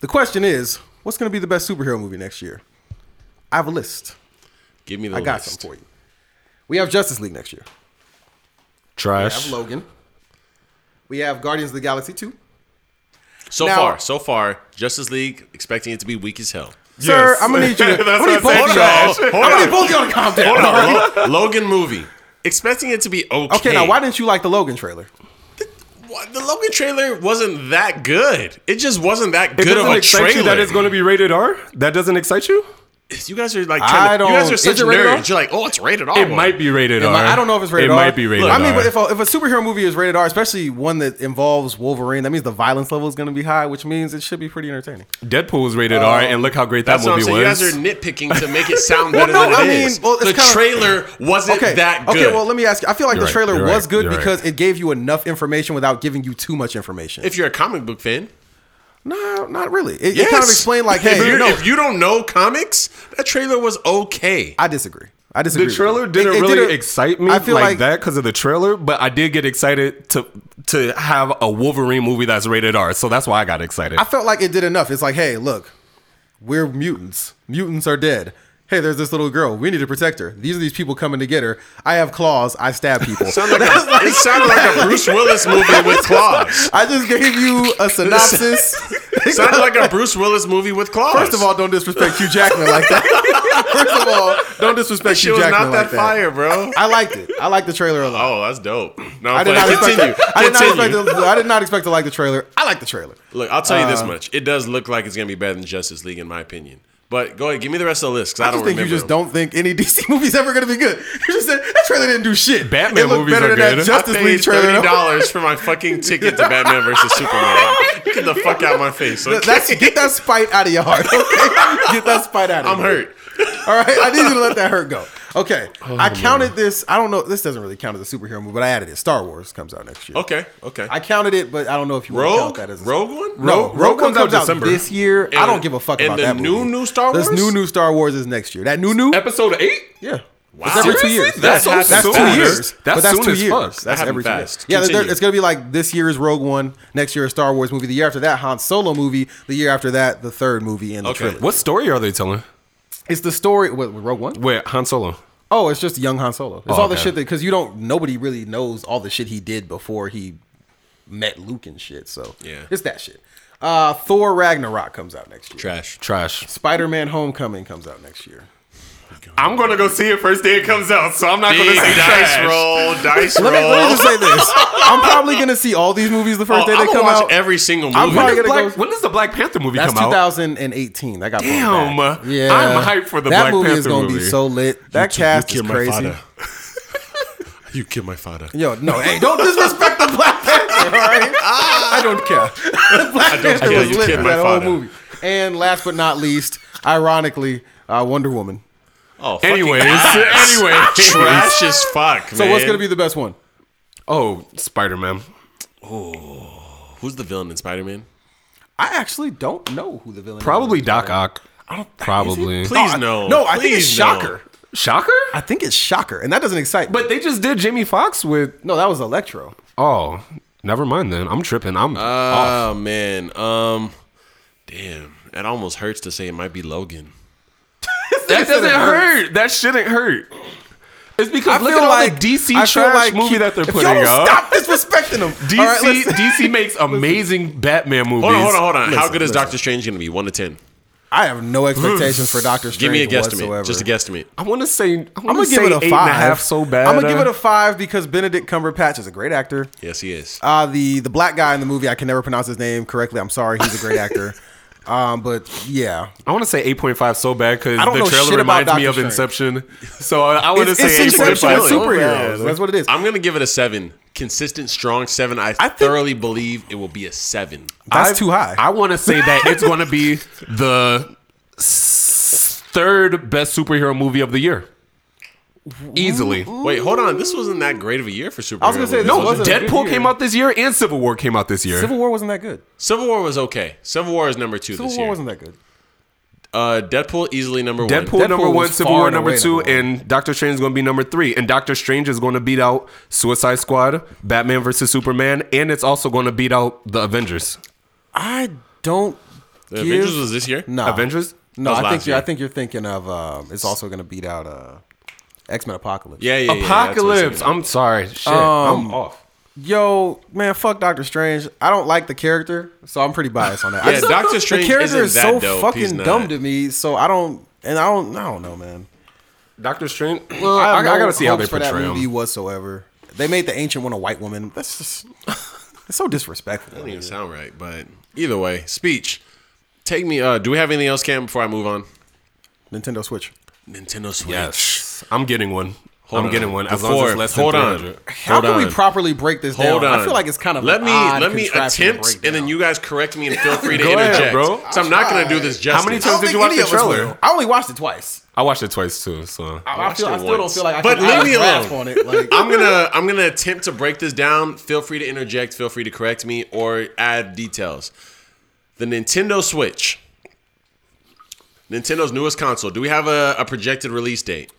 the question is, what's going to be the best superhero movie next year? I have a list. Give me the I got list. some for you. We have Justice League next year. We have Trash. Logan. We have Guardians of the Galaxy two. So Now- far, so far, Justice League expecting it to be weak as hell. Sir, I'm gonna need <laughs> you. To, That's what I'm gonna I need both said, of trash. y'all. I'm gonna need both of y'all to calm down. Hold on, Lo- Logan movie expecting it to be okay. Okay, now why didn't you like the Logan trailer? What- the Logan trailer wasn't that good? It just wasn't that It good of doesn't a excite trailer. you that it's going to be rated R. That doesn't excite you. you guys are like I trying to, you guys don't- are is such it rated R? nerds. You're like, oh, it's rated R. It might be rated It R. might- I don't know if it's rated It R. might be rated Look, R. I mean, but if a, if a superhero movie is rated R, especially one that involves Wolverine, that means the violence level is going to be high, which means it should be pretty entertaining. Deadpool was rated R, and look how great that That's what I'm movie saying. You guys are was. nitpicking to make it sound better no, than it is. I mean, <laughs> well, it's the kinda- trailer wasn't Okay, that good. okay. Well, let me ask you. I feel like You're the right, trailer you're was right, good you're because it gave you enough information without giving you too much information. if you're a comic book fan, no, not really. It, yes. it kind of <laughs> explained <laughs> like, if, hey, you're- no, if you don't know comics, that trailer was okay. I disagree. I disagree. The with trailer you. didn't It- it really didn't- excite me I feel like, like- that because of the trailer, but I did get excited to to have a Wolverine movie that's rated R. So that's why I got excited. I felt like it did enough. It's like, hey, look, we're mutants. Mutants are dead. Hey, there's this little girl. We need to protect her. These are these people coming to get her. I have claws. I stab people. Sound <laughs> like a- it sounded like a Bruce Willis movie with claws. I just gave you a synopsis. It sounded like a Bruce Willis movie with claws. First of all, don't disrespect Hugh Jackman like that. <laughs> First of all, don't disrespect she Hugh was Jackman not that like fire, bro. I liked it. I liked the trailer a lot. Oh, that's dope. No, I I did, not expect, continue. I, did not continue. expect to, I did not expect to like the trailer. I like the trailer. Uh, Look, I'll tell you this much. It does look like it's gonna be better than Justice League, in my opinion. But go ahead, give me the rest of the list because I, I don't just think you remember. just don't think any <laughs> DC movie's ever going to be good. You just said that trailer didn't do shit. Batman it looked movies better are than good. that I Justice Paid League trailer. thirty dollars for my fucking ticket to Batman versus <laughs> Superman. Get the fuck out of my face. okay? That's get that spite out of your heart. <laughs> Okay? get that spite out. of I'm your heart. hurt. Oh, All right, I need you to let that hurt go. Okay, I counted this. I don't know. This doesn't really count as a superhero movie, but I added it. Star Wars comes out next year. Okay, okay. I counted it, but I don't know if you want to count Rogue, that as a Rogue one. No, Rogue, comes, out, December. this year. I And- don't give a fuck and about the that. new, movie. new Star This Wars? new new Star Wars is next year. That new new. Episode eight. Yeah. Wow. It's every two Seriously? years. That's that's, so soon. two That's- years. that's but that's soon two as years. fuck. That That's happened every fast. two years. Yeah, Continue. they're- it's gonna be like this year's Rogue One, next year's Star Wars movie, the year after that Han Solo movie, the year after that the third movie in the Okay. trilogy. What story are they telling? It's the story with Rogue One. Wait, Han Solo. Oh, it's just young Han Solo. It's Oh, all the okay. shit that because you don't nobody really knows all the shit he did before he met Luke and shit. So Yeah. it's that shit. Uh, Thor Ragnarok comes out next year. Trash. Trash. Spider-Man: Homecoming comes out next year. I'm gonna go see it first day it comes out, so I'm not Big dice roll, dice roll. Let me, let me just say this: <laughs> I'm probably gonna see all these movies the first Oh, day I'm they gonna come watch out. every single movie. I'm probably When, gonna Black- go- when does the Black Panther movie That's come out? 2018. I got Damn, brought uh, back. Yeah, I'm hyped for the that Black movie is Panther gonna be movie. so lit. That You- crazy you cast killed is my crazy. father. <laughs> you killed my father. Yo, no, hey, don't disrespect the <laughs> Black Panther. All right, I don't care. The Black don't Panther care. was You lit killed for my that whole father. movie. And last but not least, ironically, uh, Wonder Woman. Oh, fucking Anyways, <laughs> ass. anyway. trash as fuck. So what's gonna be the best one? Oh, Spider Man. Who's the villain in Spider Man? I actually don't know who the villain. is. Probably Doc Ock. I don't probably. Please no. No, I think Please it's Shocker. Shocker? I think it's Shocker, and that doesn't excite. me. But they just did Jamie Foxx with no, that was Electro. Oh, never mind then. I'm tripping. I'm No. off. Oh man. Um. Damn. That almost hurts to say it might be Logan. That doesn't hurt. That shouldn't hurt. It's because look at all the DC I trash feel like movie keep- that they're if putting y'all don't out. Stop disrespecting them. <laughs> DC All right, let's- <laughs> DC makes amazing Batman movies. Hold on, hold on, hold on. How Listen, good is listen. Doctor Strange gonna be? One to ten. I have no expectations for Doctor Strange. Give me a guesstimate. whatsoever. Just a guesstimate. I want to say I'm I'm gonna gonna say give it a eight and a five. half so bad. I'm gonna give it a five because Benedict Cumberbatch is a great actor. Yes, he is. Uh, the the black guy in the movie, I can never pronounce his name correctly. I'm sorry, he's a great <laughs> actor. Um, but yeah, I want to say eight point five so bad because I don't the know trailer shit about reminds me Doctor of Strange. Inception. <laughs> So I, I want to it's, it's say eight point Inception five. with superheroes. That's what it is. I'm gonna give it a seven. Consistent, strong seven. I, think- thoroughly believe it will be a seven. That's too high. I want to say that <laughs> it's gonna be the s- third best superhero movie of the year, easily. Wait, hold on. This wasn't that great of a year for superhero. gonna say, movies, no, was it? wasn't a good Deadpool year. came out this year, and Civil War came out this year. Civil War wasn't that good. Civil War was okay. Civil War is number two Civil this War year. wasn't that good. Uh, Deadpool easily number Deadpool, one. Deadpool number one, was Civil far War and number away two, number and Doctor Strange is going to be number three. And Doctor Strange is going to beat out Suicide Squad, Batman versus Superman, and it's also going to beat out the Avengers. I don't. The Avengers was this year. no Avengers? That No, was I think last you're, I year. think you're thinking of. Um, it's also gonna beat out uh, X Men Apocalypse. Yeah, yeah, yeah, that's what I'm Apocalypse. saying. I'm, sorry. Shit. Um, I'm off. Yo, man, fuck Doctor Strange. I don't like the character, so I'm pretty biased on that. I Yeah, Dr. Strange The character isn't is that so dope. He's fucking not. dumb to me, so I don't, and I don't, I don't know, man. Doctor Strange. have I, I no gotta see how they hopes for portray that movie him. whatsoever. They made the ancient one a white woman. That's just, it's so disrespectful. Doesn't even sound right, but either way, speech. Take me. Uh, do we have anything else, Cam? Before I move on, Nintendo Switch. Nintendo Switch. Yes, I'm getting one. I'm on. getting one. As long as Before- it's less than hold on. 300. How Hold can we on. properly break this Hold down? on. I feel like it's kind of let an me odd let me contraption to attempt, break and then down. you guys correct me and feel free to Go ahead, interject, bro. So I'm not gonna do this justice. How many I don't times did think you watch any the of us trailer? will. I only watched it twice. I watched it twice too. So I, watched feel, it I once. still don't feel like I But can leave I me grasp alone. on it. Like, I'm gonna I'm gonna attempt to break this down. Feel free to interject. Feel free to correct me or add details. The Nintendo Switch, Nintendo's newest console. Do we have a, a projected release date?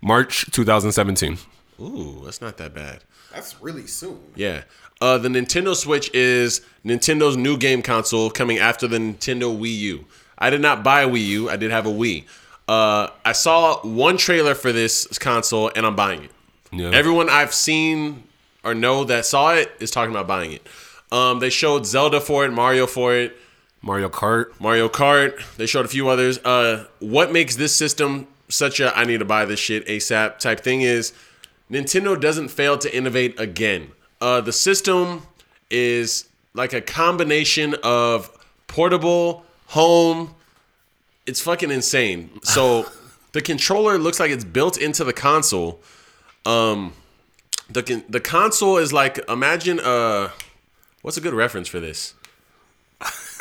March 2017. Ooh, that's not that bad. that's really soon. Yeah. Uh, the Nintendo Switch is Nintendo's new game console coming after the Nintendo Wii U. I did not buy a Wii U. I did have a Wii. Uh, I saw one trailer for this console, and I'm buying it. Yeah. Everyone I've seen or know that saw it is talking about buying it. Um, they showed Zelda for it, Mario for it, Mario Kart. Mario Kart. They showed a few others. Uh, what makes this system such a I need to buy this shit ASAP type thing is Nintendo doesn't fail to innovate again. Uh, the system is like a combination of portable, home, it's fucking insane. So the controller looks like it's built into the console. Um, the con- the console is like imagine uh, what's a good reference for this?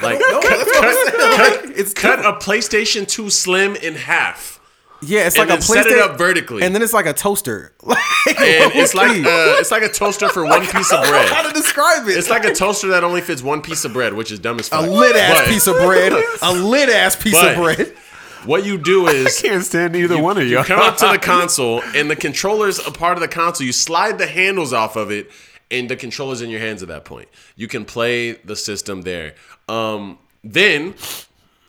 Like cut, cut- It's cut a PlayStation Two Slim in half, Yeah, it's And like a then set it PlayStation- up vertically. and then it's like a toaster. <laughs> Like, and it's like please. uh, it's like a toaster for <laughs> one piece of Oh, how bread. to describe it? It's like a toaster that only fits one piece of bread, which is dumb as fuck. a lit ass But piece of bread. A lit ass piece But- of bread. <laughs> What you do is Can't stand either one of You y'all. come up <laughs> to the console, and the controller's a part of the console. You slide the handles off of it, and the controller's in your hands at that point. You can play the system there. Um, then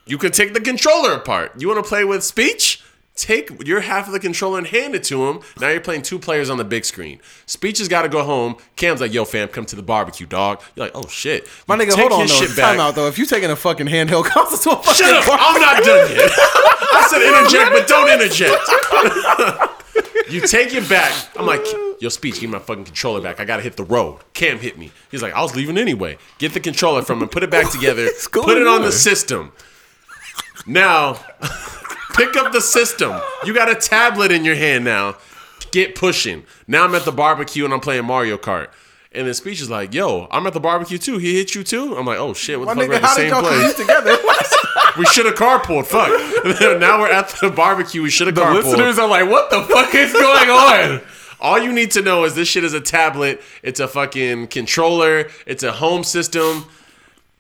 you can take the controller apart. You want to play with speech? Take your half of the controller and hand it to him. Now you're playing two players on the big screen. Speech has got to go home. Cam's like, "Yo, fam, come to the barbecue, dog." You're like, "Oh shit, My You nigga, take hold on his though. shit back. Time out though. If you taking a fucking handheld <laughs> console to a fucking Shut up! bar- I'm not done yet. <laughs> I said interject, but don't interject. <laughs> you take it back. I'm like, yo, speech, give me my fucking controller back. I gotta hit the road. Cam hit me. He's like, I was leaving anyway. Get the controller from him, put it back together, going put it on the on? system. Now, <laughs> pick up the system. You got a tablet in your hand now. Get pushing. Now I'm at the barbecue and I'm playing Mario Kart. And then speech is like, yo, I'm at the barbecue too. He hit you too? I'm like, oh shit, what My the fuck? We're at nigga, the how did same y'all place. <laughs> come together? We should have carpooled. Fuck. <laughs> now we're at <laughs> the barbecue. We should have carpooled. <laughs> Listeners are like, what the fuck is going on? All you need to know is this shit is a tablet. It's a fucking controller. It's a home system,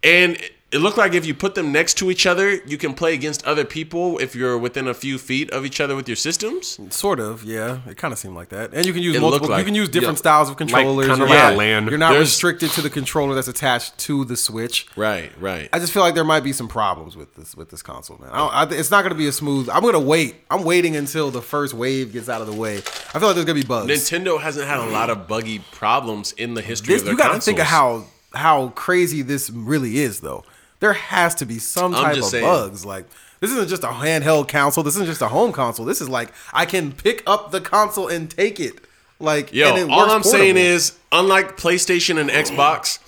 and it looked like if you put them next to each other, you can play against other people if you're within a few feet of each other with your systems. Sort of, yeah. It kind of seemed like that. And you can use It multiple. looked like- you can use different yeah. styles of controllers. kinda You're like not- LAN. You're not There's- restricted to the controller that's attached to the Switch. Right. Right. I just feel like there might be some problems with this with this console, man. I don't, I, it's not going to be a smooth. I'm going to wait. I'm waiting until the first wave gets out of the way. I feel like there's going to be bugs. Nintendo hasn't had a lot of buggy problems in the history This- of their you got to consoles. think of how how crazy this really is, though. There has to be some I'm type of just saying. bugs. Like this isn't just a handheld console. This isn't just a home console. This is like I can pick up the console and take it. Like Yo, and it all works I'm saying portable. is, unlike PlayStation and Xbox,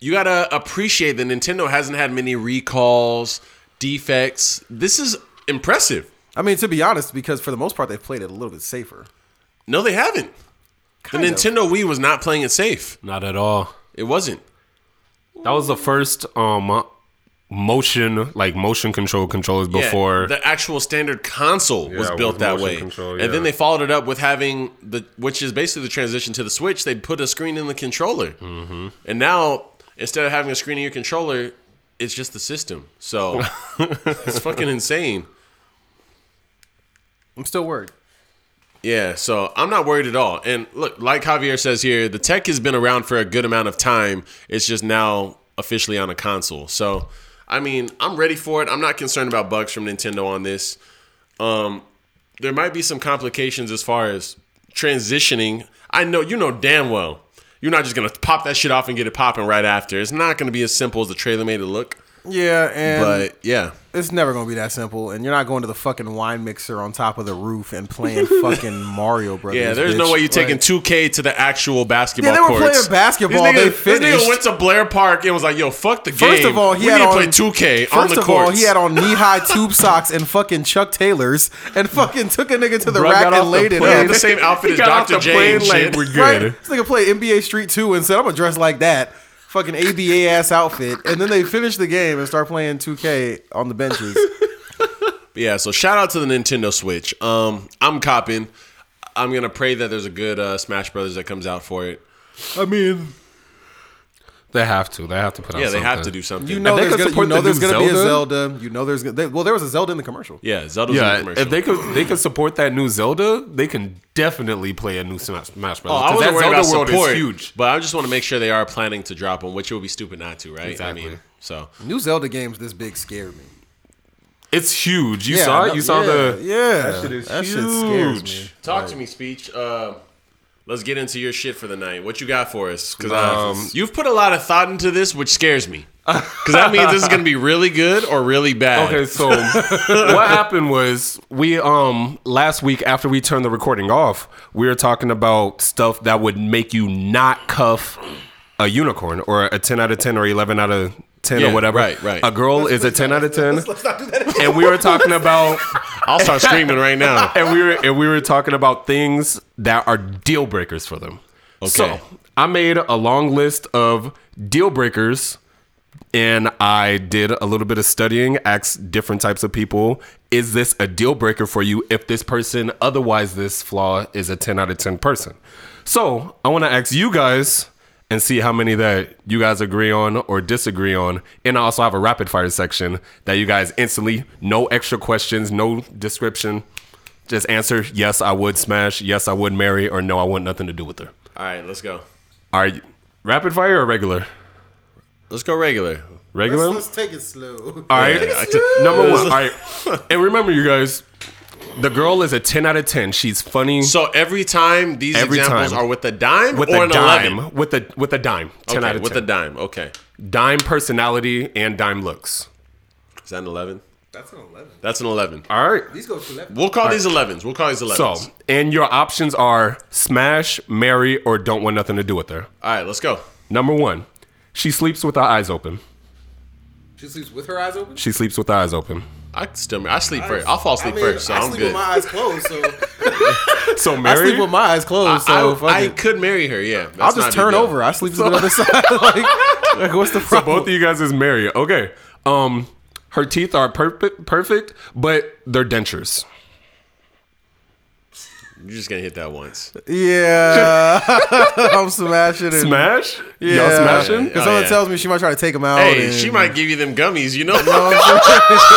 you gotta appreciate that Nintendo hasn't had many recalls, defects. This is impressive. I mean, to be honest, because for the most part, they've played it a little bit safer. No, they haven't. Kind the of. Nintendo Wii was not playing it safe. Not at all. It wasn't. That was the first um motion like motion control controllers Yeah, before the actual standard console was Yeah, built with that motion way, control, and then yeah. they followed it up with having the, which is basically the transition to the Switch. They put a screen in the controller, mm-hmm. and now instead of having a screen in your controller, it's just the system. So <laughs> it's fucking insane. I'm still worried. Yeah, so I'm not worried at all. And look, like Javier says here, the tech has been around for a good amount of time. It's just now officially on a console. So, I mean, I'm ready for it. I'm not concerned about bugs from Nintendo on this. Um, there might be some complications as far as transitioning. I know you know damn well you're not just gonna pop that shit off and get it popping right after. It's not gonna be as simple as the trailer made it look. Yeah, and But yeah, it's never gonna be that simple. And you're not going to the fucking wine mixer on top of the roof and playing fucking <laughs> Mario Brothers. Yeah, there's no bitch. way you're taking Like- 2K to the actual basketball Yeah, they were courts. playing basketball. This nigga, They This finished. nigga went to Blair Park and was like, "Yo, fuck the game. First of all, he we had need to on play 2K First on the of courts." all, he had on <laughs> knee high tube socks and fucking Chuck Taylors, and fucking took a nigga to the Bro, rack got off and the laid it plane. yeah, up. the <laughs> same outfit He as got off Dr. the J. and plane like shit. we're <laughs> Right? good. This nigga played NBA Street Two and said, "I'm gonna dress like that." Fucking ABA ass outfit, and then they finish the game and start playing 2K on <laughs> the benches. Yeah, so shout out to the Nintendo Switch. Um, I'm copping. I'm gonna pray that there's a good uh, Smash Brothers that comes out for it. I mean, They have to. They have to put out Yeah, they something. have to do something. you know they there's could gonna, you support know the there's new gonna be a Zelda- Zelda. You know there's gonna, they, well there was a Zelda in the commercial. yeah, Zelda's in the Yeah, commercial. if they could they could support that new Zelda, they can definitely play a new Smash, Smash Brothers. Oh, I 'cause wasn't that worried Zelda about world support, is huge. but I just want to make sure they are planning to drop them, which it would be stupid not to, right? I mean, Exactly. so New Zelda games this big scared me. It's huge. You Yeah, saw I it. know- You saw yeah, the yeah. That shit is That shit scares huge. me. Talk to me, speech. Uh, let's get into your shit for the night. What you got for us? Because Um, you've put a lot of thought into this, which scares me. Because that means this is gonna be really good or really bad. <laughs> Okay, so what happened was we um last week after we turned the recording off, we were talking about stuff that would make you not cuff a unicorn or a ten out of ten or eleven out of ten Yeah, or whatever. right, right. A girl is a ten out of 10 Let's not do that. again. and we <laughs> were talking about I'll start screaming right <laughs> now. and we were and we were talking about things that are deal breakers for them. So Okay. I made a long list of deal breakers, and I did a little bit of studying. Asked different types of people, is this a deal breaker for you? If this person, otherwise this flaw is a ten out of ten person. So I want to ask you guys. And see how many that you guys agree on or disagree on. And I also have a rapid fire section that you guys instantly, no extra questions, no description, just answer yes, I would smash, yes, I would marry, or no, I want nothing to do with her. All right, let's go. Are you rapid fire or regular? Let's go regular. Regular? Let's take it slow. All right. Yeah, I took- <laughs> Number one. All right. And remember, you guys, the girl is a 10 out of 10. She's funny So every time these Every examples time. are with a dime with or a an dime. 11. With a with a dime. 10 Okay, out of with 10. a dime. Okay. dime personality and dime looks. Is that an 11? That's an eleven. That's an 11. All right. These go to eleven. We'll call these 11s. We'll call these 11s. So, and your options are smash, marry, or don't want nothing to do with her. All right, let's go. Number one, she sleeps with her eyes open. She sleeps with her eyes open. She sleeps with her eyes <laughs> open. I can still, I sleep first. I'll fall asleep I mean, first, so I I am sleep good. with my eyes closed. <laughs> So So I marry. sleep with my eyes closed. So I, fuck I it. could marry her, yeah. That's I'll not a just big turn deal. over. I sleep to the other <laughs> side. like, <laughs> like, what's the problem? both of you guys is married. Okay. Um, her teeth are perfect, perfect, but they're dentures. You're just going to hit that <laughs> Oh, once. yeah, <laughs> I'm smashing it. Smash? Y'all Yeah. smashing? Oh, If someone yeah. tells me she might try to take him out, Hey, and- she might give you them gummies, you know? <laughs>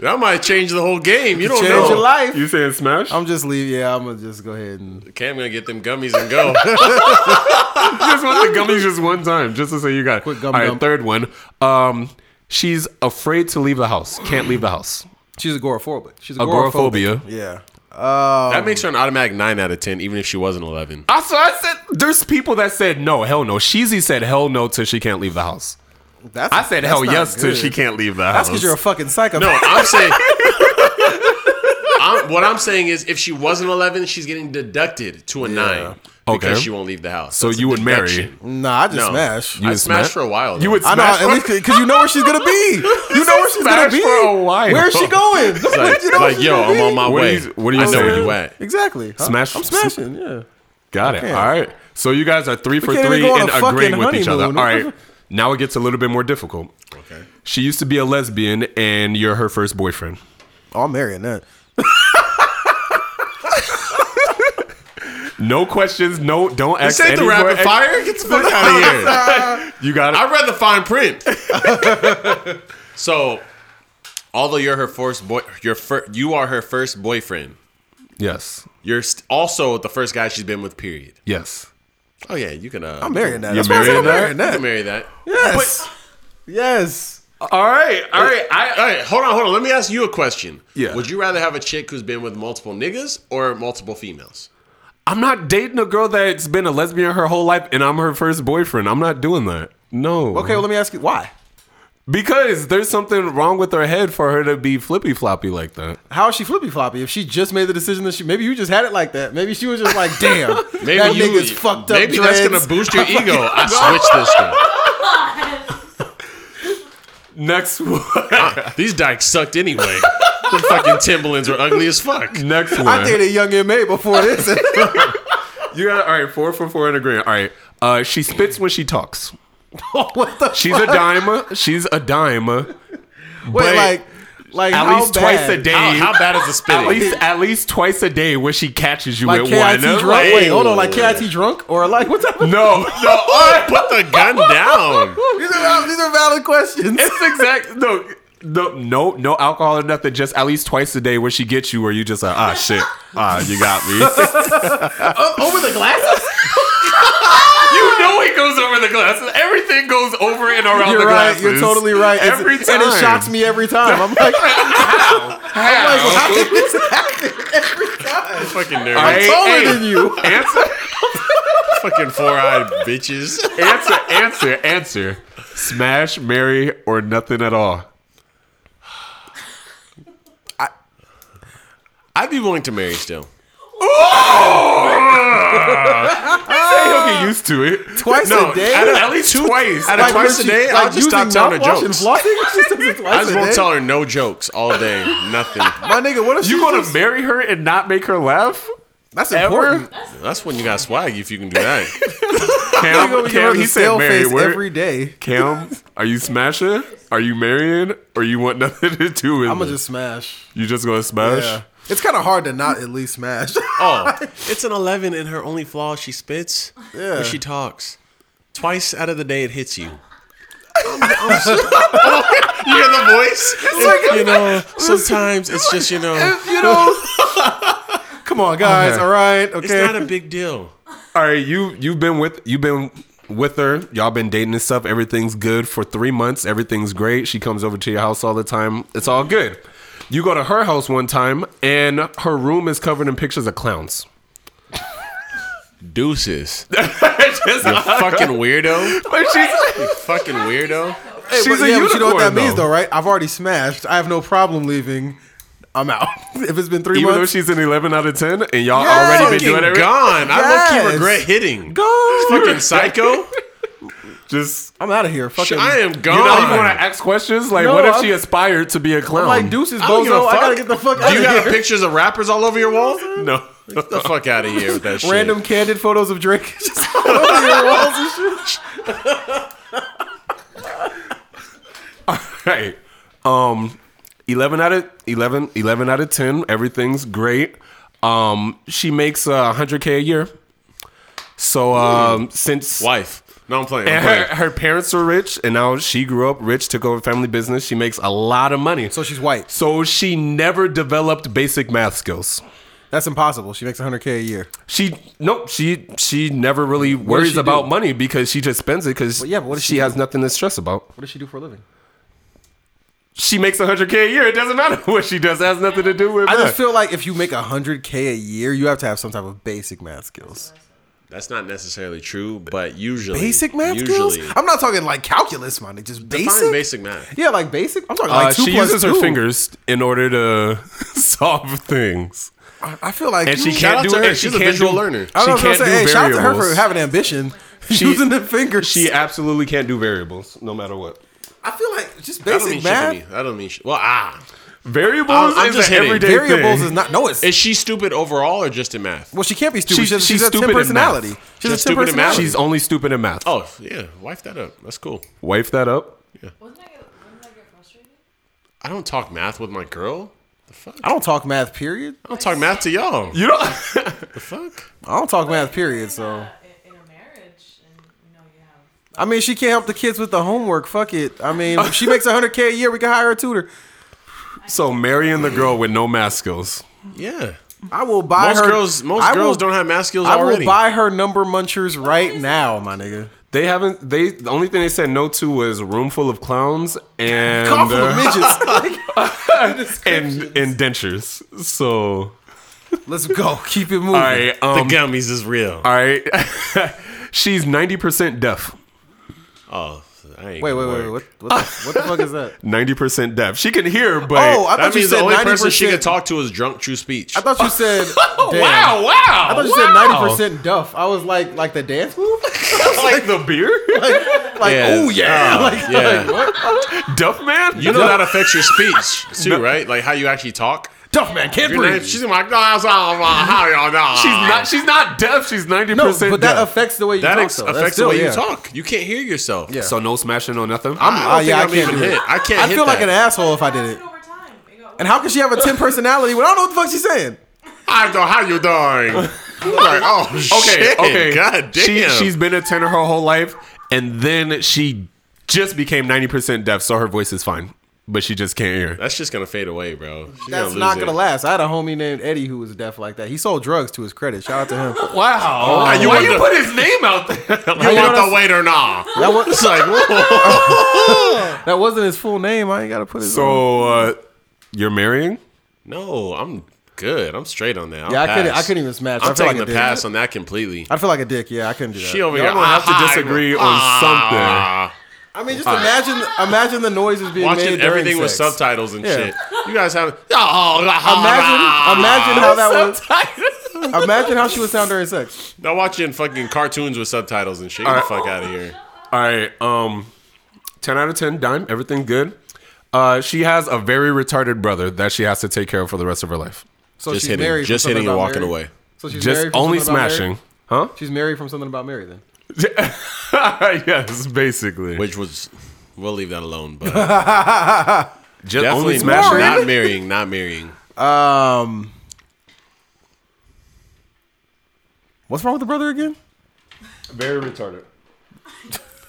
that might change the whole game. You don't Change know. your life. You saying smash? I'm just leaving. Yeah, I'm gonna just go ahead and. Cam gonna get them gummies and <laughs> go. <laughs> just want the gummies just one time, just to say you got. Quick gum All right, dump. third one. Um, she's afraid to leave the house. Can't leave the house. She's agoraphobic. She's agoraphobic. Agoraphobia. Yeah. Um, that makes her an automatic nine out of ten, even if she was an eleven. Also, I said there's people that said no, hell no. Sheezy said hell no till she can't leave the house. that's, I said that's hell not Oh, yes till good. she can't leave the That's house. because you're a fucking psycho. No, I'm <laughs> saying. I'm, what I'm saying is, if she was an eleven, she's getting deducted to a nine because Okay. she won't leave the house. so That's a you would marry. deduction. Nah, I just No. smash. I would smashed smash? for a while. You would though. I know smash at for- least because you know where she's <laughs> gonna be. You know where she's gonna Smash be. for a while. Where is <laughs> she going? <laughs> Like, <laughs> You know where like, she's yo, gonna I'm be. on my What do way. you- what do you I know where say? you at. Exactly. Huh? Smash- I'm smashing. Yeah. Got it. Okay. All right. So you guys are three for can't even three go on in a fucking agreeing with each other. All honeymoon. right. Now it gets a little bit more difficult. Okay. She used to be a lesbian, and you're her first boyfriend. Oh, I'm marrying that. No questions. No, don't ask. This ain't the any more rapid ex- fire. Get the fuck out of here. <laughs> You got it. I'd rather find print. <laughs> so, although you're her first boy, your fir- you are her first boyfriend. yes. You're st- also the first guy she's been with. Period. Yes. Oh yeah, you can. Uh, I'm marrying that. You're That's why I said I'm marrying You marrying can that. marry that. Yes. Yes. All right. All right. I, All right, hold on, hold on. Let me ask you a question. Yeah. Would you rather have a chick who's been with multiple niggas or multiple females? I'm not dating a girl that's been a lesbian her whole life, and I'm her first boyfriend. I'm not doing that. No. Okay. Well, let me ask you why. Because there's something wrong with her head for her to be flippy floppy like that. How is she flippy floppy? If she just made the decision that she maybe you just had it like that. Maybe she was just <laughs> like, damn, Maybe that you- nigga's fucked up. Maybe that's gonna dreads. boost your ego. I switched this one. Next one. <laughs> These dykes sucked anyway. the fucking Timberlands were ugly as fuck. Next one. I dated young MA before this. <laughs> You got all right. Four for four in agreement. All right. Uh, she spits when she talks. <laughs> what the? She's a dime. She's a dime. At Wait, like, like how least twice bad? a day. How, how bad is the At spitting? least at least twice a day when she catches you Like at KIT one. drunk? Like, Wait, hold on. Like KIT drunk or like what's up? no, <laughs> No, all right, <laughs> put the gun <laughs> down. These are valid, these are valid questions. it's exact. No, no, no, no alcohol or nothing. Just at least twice a day where she gets you, where you just like, ah, shit, ah, you got <laughs> me. over the glasses. you know it goes over the glasses. Everything goes over and around You're the right. glasses. You're totally right. It's- Every time, and it shocks me every time. I'm like, How? Fucking nerd. All right. taller Hey. than you. Answer. Fucking four eyed <laughs> bitches. answer, answer, answer. Smash, marry, or nothing at all. I'd be willing to marry still. He'll get used to it. Twice No, a day. at, at least twice. At twice a when she- day, I'll just stop using telling her mouthwash and jokes. flossing? She says it I twice just a won't day. tell her no jokes all day. Nothing. My nigga, what if You she gonna just- marry her and not make her laugh? That's ever? important. That's when you got swag if you can do that. <laughs> You gonna Cam, give her Cam the he said stale marry. face Where- every day. Cam, are you smashing? Are you marrying? Or you want nothing <laughs> to do with I'm it? gonna just smash. you just gonna smash? Yeah. It's kind of hard to not at least <laughs> smash. Oh, it's an 11, and her only flaw is she spits. Yeah. But she talks. Twice out of the day, it hits <laughs> you. you hear the voice? you know, sometimes it's just, you <laughs> know, you know. Come on, guys. Okay. All right. it's Okay. not a big deal. All right, you you've been with you've been with her. Y'all been dating and stuff. Everything's good for three months. Everything's great. She comes over to your house all the time. It's all good. You go to her house one time, and her room is covered in pictures of clowns. <laughs> Deuces. you fucking weirdo. But she's You fucking weirdo. <laughs> Hey, she's but a yeah, unicorn. but You know what that means, though, though, right? I've already smashed. I have no problem leaving. I'm out. <laughs> if it's been three Even though months, she's an eleven out of ten, and y'all Yes. already been Fucking doing everything. gone. I low Yes. key regret hitting. Go. Fucking psycho. Just I'm out of here. Fucking, I am gone. you know, you want to ask questions like, No, what if I'm- she aspired to be a clown? like deuces, I don't give a bozo. I gotta <laughs> fuck. get the fuck you out of got here. pictures of rappers all over your wall? no. Get the fuck out of here with that shit. Random candid photos of Drake <laughs> just all over your walls and shit. Right. Um 11 out of 11 11 out of 10. Everything's great. Um she makes uh, 100k a year. So um since <laughs> wife. No, I'm playing. I'm and her, playing. her parents were rich and now she grew up rich, took over family business. She makes a lot of money. So she's white. So she never developed basic math skills. That's impossible. She makes 100k a year. She nope. She she never really worries she about do? money because she just spends it because Well, yeah, but what does she, she has nothing to stress about. What does she do for a living? She makes 100k a year. It doesn't matter <laughs> what she does. It has nothing to do with. I math. just feel like if you make 100k a year, you have to have some type of basic math skills. That's not necessarily true, but usually Basic math usually, skills? I'm not talking like calculus, man. Just basic. Define basic math. Yeah, like basic. I'm talking Uh, like two she plus uses two. her fingers in order to <laughs> solve things, I I feel like and she you- Shout out can't do to her. it. She She's a can't visual do, learner. I She don't know can't what do I'm saying. Hey, shout out to her for variables. having ambition. <laughs> using the fingers. She absolutely can't do variables, no matter what. I feel like just That don't mean basic shit to math. me. That don't mean shit. Well, ah, Variables I'm- I'm is just an hitting. everyday Variables thing. is not. No, it's. is she stupid overall or just in math? well, she can't be stupid. She's- She's, she's, she's a stupid stupid in personality. math. She's a She's stupid 10 in math. personality. She's only stupid in math. Oh yeah, wife that up. That's cool. Wipe that up. Wouldn't I get, wouldn't I get frustrated? I don't talk math with my girl. The fuck? I don't talk math, period. I don't talk math to y'all. You don't. <laughs> The fuck? I don't talk math, period. In So, a, uh, in a marriage, and you know you have. I mean, she can't help the kids with the homework. Fuck it. I mean, if she makes 100K a year, we can hire a tutor. so marrying the girl with no math skills. Yeah. I will buy Most her. girls, most I girls will- don't have math skills I will already. buy her number munchers right now, my nigga. They haven't. They the only thing they said no to was room full of clowns and Call for the uh, <laughs> midgets. and and dentures. So Let's go. Keep it moving. all right, the um, gummies is real. all right. <laughs> She's ninety percent deaf. Oh, I ain't Wait, gonna wait, wait, work. wait. What, what, the, what the fuck is that? Ninety percent deaf. She can hear, but Oh, I That thought you means the said only 90%. person she could talk to is drunk true speech. I thought you <laughs> said. damn. wow, wow! I thought you said ninety percent duff. I was like, like the dance move, Like the beer, <laughs> <laughs> like, like Yeah. oh yeah, Oh, <laughs> like, yeah. like, what? Duff man. You know that affects your <laughs> speech too, right? Like how you actually talk. duff man can't Your name- breathe. She's like, no, that's all, uh, how y'all know. she's not. She's not deaf. She's ninety No, percent. but that deaf. affects the way you That talk. ex- though. That's affects the still- way you yeah. talk. You can't hear yourself. Yeah. so no smashing, no nothing. I'm, I Ah, don't think yeah, I I'm can't even do it. hit. I can't. I hit feel like that. an asshole if I did it. Happened over time. It got And how can she have a <laughs> ten personality when I don't know what the fuck she's saying? I know how you <laughs> doing. like, oh okay, shit. okay. God damn. She, she's been a tenor her whole life, and then she just became ninety percent deaf, so her voice is fine, but she just can't hear. That's just gonna fade away, bro. She's That's gonna not lose gonna it. last. I had a homie named Eddie who was deaf like that. He sold drugs to his credit. <laughs> Shout out to him. Wow! Oh. You Why want you the- put his name out <laughs> there? You You want know the weight or not? That was It's like, whoa. <laughs> that wasn't his full name. I ain't gotta put his. own. so uh, you're marrying? no, I'm good. I'm straight on that. I'll yeah, I couldn't. I pass. couldn't even smash. I I'm feel like taking a the dick. pass on that completely. I feel like a dick. Yeah, I couldn't do that. She over Y'all here. gonna have to "Ah, hi, disagree on ah." I mean, just imagine imagine the noises being made Watching during everything with sex. subtitles and Yeah. shit. You guys have. Oh, Imagine, imagine how that was. Imagine how she would sound during sex. Not watching fucking cartoons with subtitles and shit. Get the fuck out of here. All right. Um, ten out of ten. Dime. Everything good. Uh, she has a very retarded brother that she has to take care of for the rest of her life. So Just she's hitting- married from just Something hitting and About walking Mary? away. So she's Just married from only Something About Mary? smashing, huh? She's married from something about Mary then. <laughs> yes, basically. Which was, we'll leave that alone. <laughs> But Just definitely only not, smashing. not marrying. Not marrying. Um, what's wrong with the brother again? Very retarded.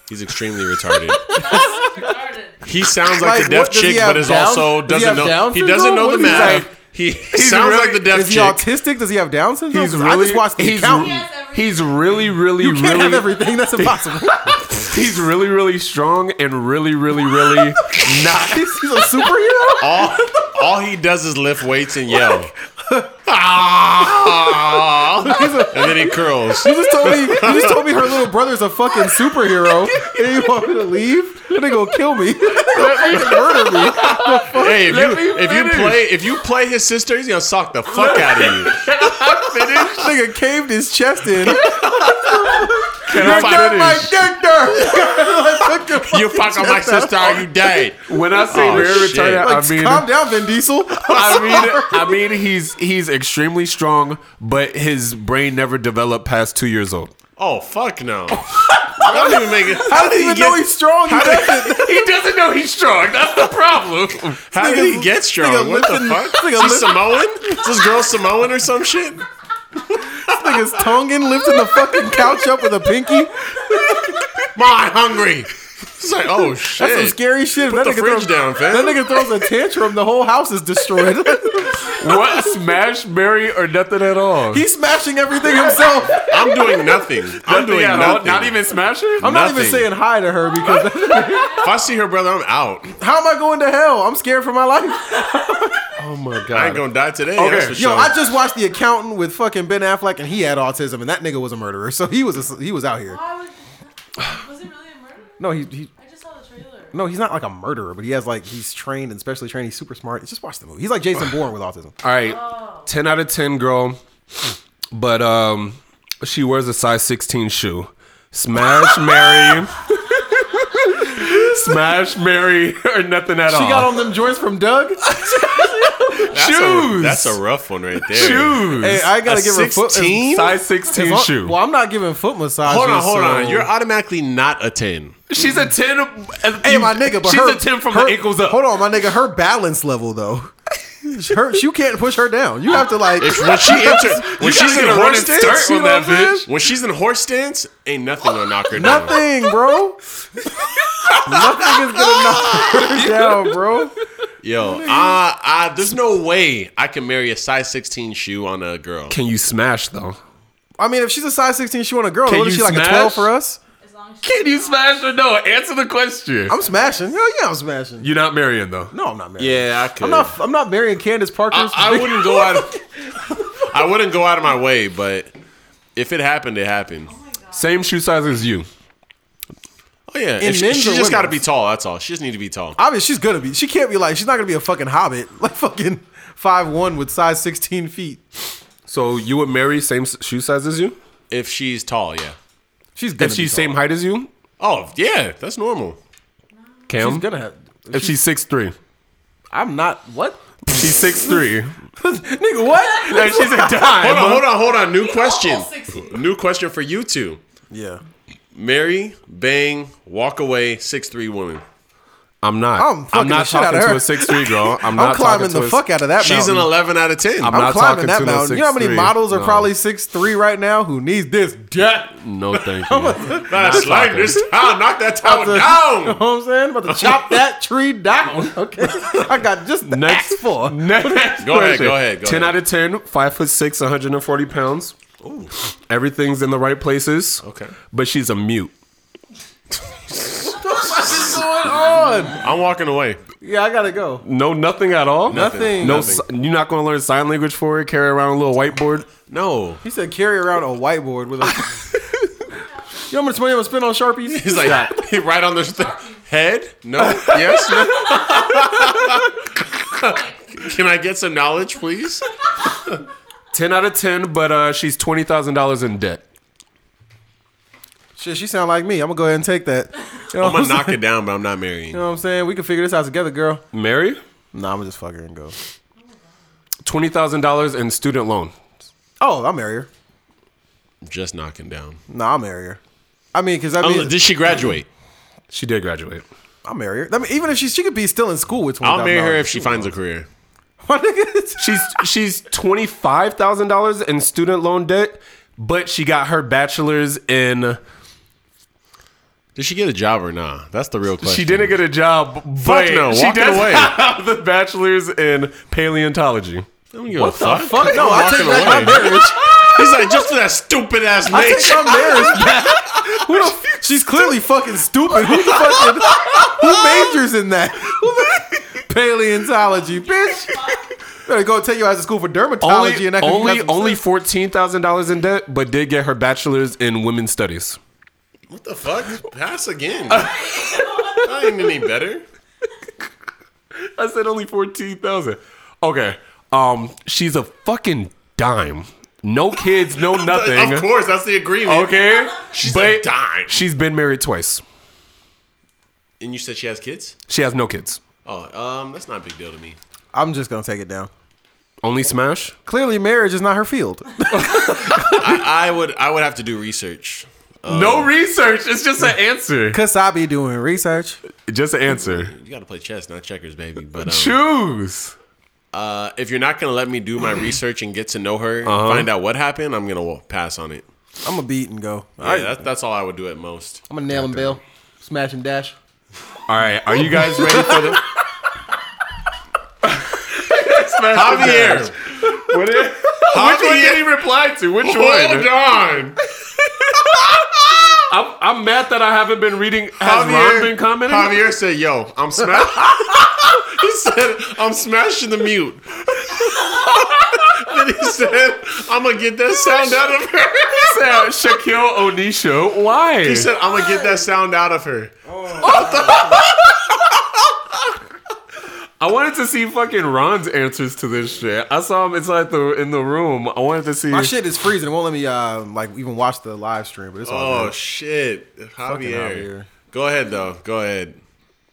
He's extremely retarded. Retarded. He sounds Like, like, the deaf what- does he chick, have but is Down- also does he doesn't have know. Down He doesn't know syndrome? the What is he math. like? he sounds really- like the deaf Is he chick. autistic? Does he have Down syndrome? He's 'Cause really. I just watched the he's, count. Yes, everything. he's really, really, You can't have really. everything. That's impossible. <laughs> He's really, really strong and really, <laughs> really, really not. he's, he's a superhero. all, all he does is lift weights and yell. <laughs> and then he curls. You just told me. You just told me her little brother's a fucking superhero, and you want me to leave? They're gonna go kill me. <laughs> They're gonna murder me. Hey, if Let you me if you finish. play if you play his sister, he's gonna sock the fuck out of <laughs> you. Nigga caved his chest in. Can You're not I My finish? dick <laughs> dirt. You fuck on my sister, are you dead? When I say Oh, very shit. retarded, Like, I mean calm down, Vin Diesel. <laughs> I mean, I mean, he's he's extremely strong, but his brain never developed past two years old. Oh fuck <laughs> no. I don't even make it. I don't even know he's strong. He doesn't. He doesn't know he's strong. That's the problem. How did he get strong? nigga what the lifting- fuck? nigga Is he lift- Samoan? Is this girl Samoan or some shit? Nigga's tongue in lifting the fucking couch up with a pinky. Ma, I'm hungry. It's like, oh shit. That's some scary shit. Put the fridge down, fam. That nigga throws a tantrum, the whole house is destroyed. <laughs> What smash, marry, or nothing at all? He's smashing everything himself. I'm doing nothing. I'm doing at all? nothing. Not even smashing. I'm not even Nothing. saying hi to <laughs> her because If I see her brother, I'm out. how am I going to hell? I'm scared for my <laughs> life. oh my god. I ain't gonna die today. Okay. That's for Yo, sure. I just watched The Accountant with fucking Ben Affleck, and he had autism, and that nigga was a murderer, so he was a, he was out here. Why would? Was it really a murder? No, he, he I just saw the trailer. no, he's not like a murderer, but he has like he's trained and specially trained. He's super smart. Just watch the movie. He's like Jason Bourne with autism. All right, Oh. ten out of ten, girl. But um, she wears a size sixteen shoe. Smash, marry, <laughs> smash, marry, or nothing at all. She got on them joints from Doug. that's shoes. A, that's a rough one right there. shoes. <laughs> Hey, I gotta A give her a foot 16? size As sixteen long- shoe. Well, I'm not giving foot massages. Hold on, hold on. so- You're automatically not a ten. She's a ten. hey, my nigga, but she's her, a ten from her, the ankles up. Hold on, my nigga. Her balance level though, her you can't push her down. You have to like. If when <laughs> she enters, when gotta she's get in a horse running start stance, on you know that what I'm bitch. saying? when she's in horse stance, ain't nothing gonna knock her down. Nothing, bro. Nothing is gonna <laughs> knock her down, bro. Yo, ah, ah, there's no way I can marry a size 16 shoe on a girl. Can you smash though? I mean, if she's a size 16, she want a girl. Can What is you she like a smash? 12 for us? As long as Can you smash or no? Answer the question. I'm smashing. Hell yeah, I'm smashing. You're not marrying though. no, I'm not married. Yeah, I could. I'm not. I'm not marrying Candace Parker's. I, I wouldn't go out. Of, I wouldn't go out of my way, but if it happened, it happened. Same shoe size as you. Oh yeah, In and she, men's she or just got to be women's? tall. That's all. She just need to be tall. I mean, she's gonna be. She can't be like. She's not gonna be a fucking hobbit. <laughs> Like fucking five one with size sixteen feet. So you would marry same s- shoe size as you? If she's tall, yeah. She's gonna If she's be same height as you, Oh yeah, that's normal. Cam. tall. she's gonna have. if she's six three, I'm not what. she's six <laughs> three. <laughs> Nigga, <laughs> what? she's a dime. Hold on, hold on, hold on. New question. Almost 16. New question for you two. Yeah, Marry, bang, walk away, six three woman. I'm not. I'm I'm, fucking the not shit outta talking to her. a six three <laughs> girl. I'm not I'm climbing talking to the a- fuck out of that. She's an mountain. eleven out of ten. I'm I'm not climbing talking that to no mountain. You know how many 6'3"? models are No. probably six three right now who needs this debt? <laughs> You No, <laughs> thank you. That's like talking. this town. Knock that tower <laughs> know down. what I'm saying? <laughs> About to chop that tree down. Okay, <laughs> I got just the Next- next <laughs> four. Next Go ahead, question. go ahead, go ten ahead. out of ten. Five foot six, 140 pounds. Everything's in the right places. Okay. But she's a mute. I'm walking away. Yeah, I gotta go. No, nothing at all. Nothing. No, Nothing. si- you're not going to learn sign language for it. Carry around a little whiteboard. No. He said carry around a whiteboard with a. <laughs> you know how much money I'm gonna spend on sharpies? He's like <laughs> right on the th- head. No. Yes. No. <laughs> Can I get some knowledge, please? 10 out of 10, but uh, she's $20,000 in debt. Shit, she sound like me. I'm gonna go ahead and take that. You know I'm what I'm gonna saying? knock it down, but I'm not marrying. You know what I'm saying? We can figure this out together, girl. Mary, Nah, I'm gonna just fuck her and go. $20,000 in student loan. Oh, I'll marry her. Just knocking down. Nah, I'll marry her. I mean, because I mean, Oh, did she graduate? She did graduate. I'll marry her. I mean, even if she she could be still in school with twenty. I'll marry her if she finds a career. My <laughs> nigga, She's she's $25,000 in student loan debt, but she got her bachelor's in Did she get a job or nah? That's the real question. She didn't get a job, but Fuck no, she walk it does away. have the bachelor's in paleontology. I don't give what a fuck. fuck? No, I take back my marriage. <laughs> He's like just for that stupid ass I take nation. my marriage back. Who the f- she's clearly fucking stupid. Who the fucking who majors in that? Paleontology, bitch. Better go take your ass to school for dermatology Only and that could be only, nothing. only fourteen thousand dollars in debt, but did get her bachelor's in women's studies. What the fuck? Pass <laughs> again. I ain't any better. I said only fourteen thousand. Okay, um, she's a fucking dime. No kids, <laughs> no nothing. Of course, that's the agreement. Okay, She's a But- dime. she's been married twice. And you said she has kids? She has no kids. Oh, um, that's not a big deal to me. I'm just gonna take it down. Only smash. Clearly, marriage is not her field. I, I would I would have to do research. no research. It's just an answer. Cause I be doing research. Just an answer. You gotta play chess, not checkers, baby. But um, Choose. uh, if you're not gonna let me do my research and get to know her, and find out what happened, I'm gonna wa- pass on it. I'm gonna beat and go. Yeah, that's, that's all I would do at most. I'm gonna nail him, Bill. Smash him, dash. All right, are you guys ready <laughs> for the? Javier, What is- Javier, Which one did he <laughs> reply to? Which one? hold on. I'm, I'm mad that I haven't been reading. Has Ron Javier, been commenting? Javier said, "Yo, I'm smash." <laughs> he said, "I'm smashing the mute." then he said, "I'm gonna get that sound out of her." <laughs> He said, Shaquille Onisho. Why? He said, "I'm gonna get that sound out of her." I wanted to see fucking Ron's answers to this shit. I saw him inside the in the room. I wanted to see. My shit is freezing. It won't let me uh like even watch the live stream. But it's all Oh good. shit, Javier. Javier. Go ahead though. Go ahead.